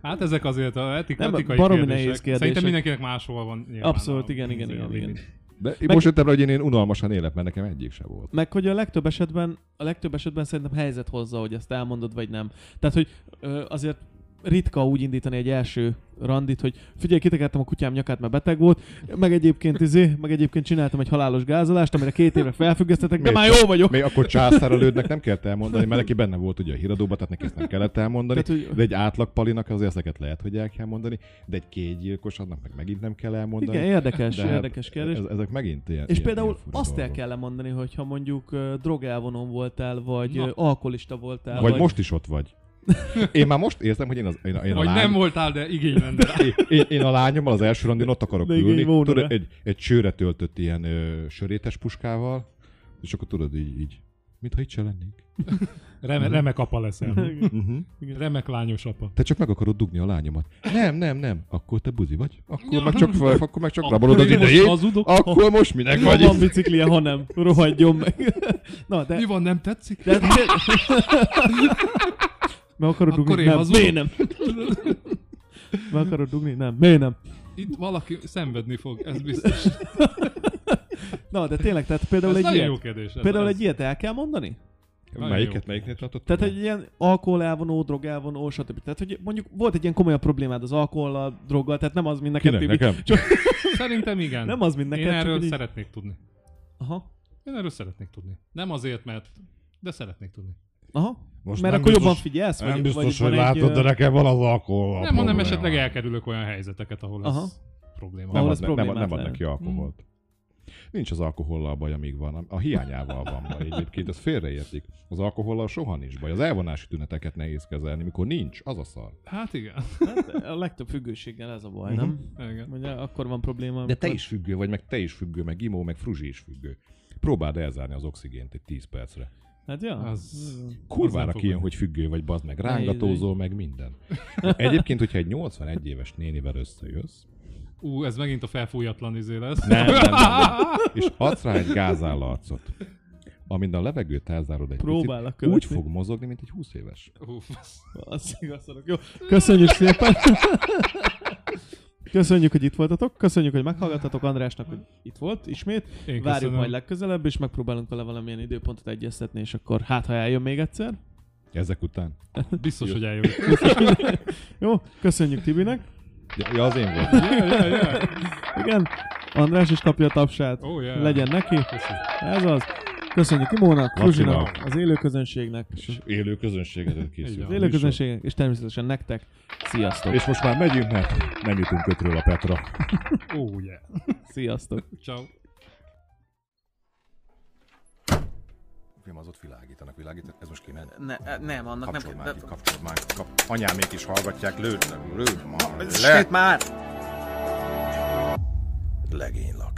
E: Hát ezek azért a etik,
C: Nem,
E: etikai
C: baromi
E: kérdések.
C: nehéz kérdések.
E: Szerintem mindenkinek máshol van. nyilván
C: Abszolút,
E: a- izé
C: igen, igen,
E: a-
C: igen, igen.
D: De én most jöttem rá, hogy én, én unalmasan élek, mert nekem egyik se volt.
C: Meg hogy a legtöbb esetben, a legtöbb esetben szerintem helyzet hozza, hogy ezt elmondod, vagy nem. Tehát, hogy ö, azért ritka úgy indítani egy első randit, hogy figyelj, kitekertem a kutyám nyakát, mert beteg volt, meg egyébként izé, meg egyébként csináltam egy halálos gázolást, amire két évre felfüggesztettek, de
D: Miért
C: már
D: csak-
C: jó vagyok.
D: Még akkor császárelődnek nem kellett elmondani, mert neki benne volt ugye a híradóban, tehát neki ezt nem kellett elmondani.
C: Tehát, hogy-
D: de egy átlag palinak azért ezeket lehet, hogy el kell mondani, de egy kétgyilkos annak meg megint nem kell elmondani.
C: Igen, érdekes,
D: De hát
C: érdekes kérdés.
D: Ez, ezek megint ilyen.
C: És
D: ilyen,
C: például
D: ilyen fura
C: azt el
D: dolgok.
C: kell mondani, hogyha mondjuk ö, drogelvonon voltál, vagy
E: Na.
C: ö, alkoholista voltál,
D: Vagy, most is ott vagy. Én már most érzem, hogy én, az, én, a, én, a,
E: Vagy nem
D: lány,
E: voltál, de igényben.
C: Mhm.
D: én, én, én a lányommal az első randin ott akarok
C: De igen,
D: ülni.
C: volna
D: Tudod,
C: be.
D: egy, egy csőre töltött ilyen ö, sörétes puskával, és akkor tudod így, így mintha itt se lennék.
E: Reme, remek apa leszel.
C: Mhm.
D: Uh-huh.
E: Remek lányos apa.
D: Te csak meg akarod dugni a lányomat. Nem, nem, nem. Akkor te buzi vagy. Akkor
E: Ja.
D: meg csak, fel, akkor meg csak
E: Akkor
D: rabolod az
E: én most
D: idejét.
E: hazudok.
D: Akkor most minek
C: Ha
D: vagy.
C: van biciklije, ha nem, rohadjon meg. Na, de
E: Mi van, nem tetszik?
C: De, de... Meg akarod
E: Akkor
C: dugni?
E: én
C: Nem.
E: hazudok?
C: Miért nem? Meg akarod dugni? Nem. Miért nem?
E: Itt valaki szenvedni fog, ez biztos.
C: Na, de tényleg, tehát például,
E: Ez
C: egy
E: nagyon
C: ilyet,
E: jó kérdés. ez-
C: például
E: ez-
C: egy ilyet el kell mondani?
E: Nagyon jó.
D: Melyiket, melyiknél tartott?
C: Tehát egy ilyen alkohol elvonó, drog elvonó, stb. Tehát, hogy mondjuk volt egy ilyen komolyabb problémád az alkohollal, droggal, tehát nem az, mint neked,
D: Kinek,
C: Tibi.
D: nekem?
E: Szerintem igen.
C: Nem az, mint neked.
E: Én
C: csak
E: erről
C: hogy így-
E: szeretnék tudni.
C: Aha.
E: Én erről szeretnék tudni. Nem azért, mert... De szeretnék tudni.
C: Aha.
D: Most
C: Mert
D: nem
C: akkor jobban
D: biztos-
C: figyelsz?
D: Nem biztos,
C: van
D: hogy
C: egy,
D: látod,
C: ö,
D: de nekem van az alkohol.
E: nem, hanem esetleg elkerülök olyan helyzeteket, ahol ez
C: Aha.
E: probléma.
D: Nem
C: Ahol
D: ad,
C: ez
D: ne- nem, ad- nem ad
C: problémátlan.
D: neki alkoholt. Nincs az alkohollal baj, amíg van. A- A hiányával van baj egyébként, ezt félreértik. Az alkohollal soha nincs baj. Az elvonási tüneteket nehéz kezelni, mikor nincs, az a szar.
E: Hát igen.
C: hát A legtöbb függőséggel ez a baj, nem?
E: igen.
C: Ugye akkor van probléma.
D: Mhm. De te
C: amikor-
D: is függő vagy, meg te is függő, meg Imó, meg Fruzsi is függő. Próbáld elzárni az oxigént egy 10 percre.
C: Hát ja.
E: Az...
D: Kurvára
E: fog
D: kijön,
E: menni.
D: hogy függő vagy, bazd meg, rángatózol, meg minden. Egyébként, hogyha egy 81 éves nénivel összejössz,
E: Ú, ez megint a felfújatlan izé lesz.
D: Nem, nem, nem, nem. És adsz rá egy gázállarcot, amin a levegőt elzárod egy
C: Próbálok
D: picit, úgy
C: követni.
D: fog mozogni, mint egy 20 éves.
E: Ú,
C: Az igaz, szarok. Jó, köszönjük szépen. Köszönjük, hogy itt voltatok, köszönjük, hogy meghallgattatok Andrásnak, hogy itt volt ismét.
E: Én
C: Várjuk
E: köszönöm.
C: majd legközelebb, és megpróbálunk vele valamilyen időpontot egyeztetni, és akkor hát, ha eljön még egyszer.
D: Ezek után.
E: Biztos, hogy eljövök.
C: Jó, köszönjük Tibinek.
D: Ja, ja az én voltam.
C: Igen, András is kapja a tapsát.
E: Oh, yeah.
C: Legyen neki. Ez az. Köszönjük Imónak,
D: Lacinak.
C: Kruzsinak, az élőközönségnek,
D: És Élő közönségedet készül.
E: Így
C: az élőközönségnek, és természetesen nektek. Sziasztok!
D: És most már megyünk, mert nem jutunk ötről a Petra.
E: Ó, yeah.
C: Sziasztok!
E: Ciao.
A: mi van, az ott világítanak, világítanak. Ez most kiment?
B: Ne, nem, annak
A: Kapcsolj
B: nem...
A: már ki, kapcsolj már ki, kap... Anyámék is hallgatják, lőd, lőd már
B: Sőt már!
A: legénylakás.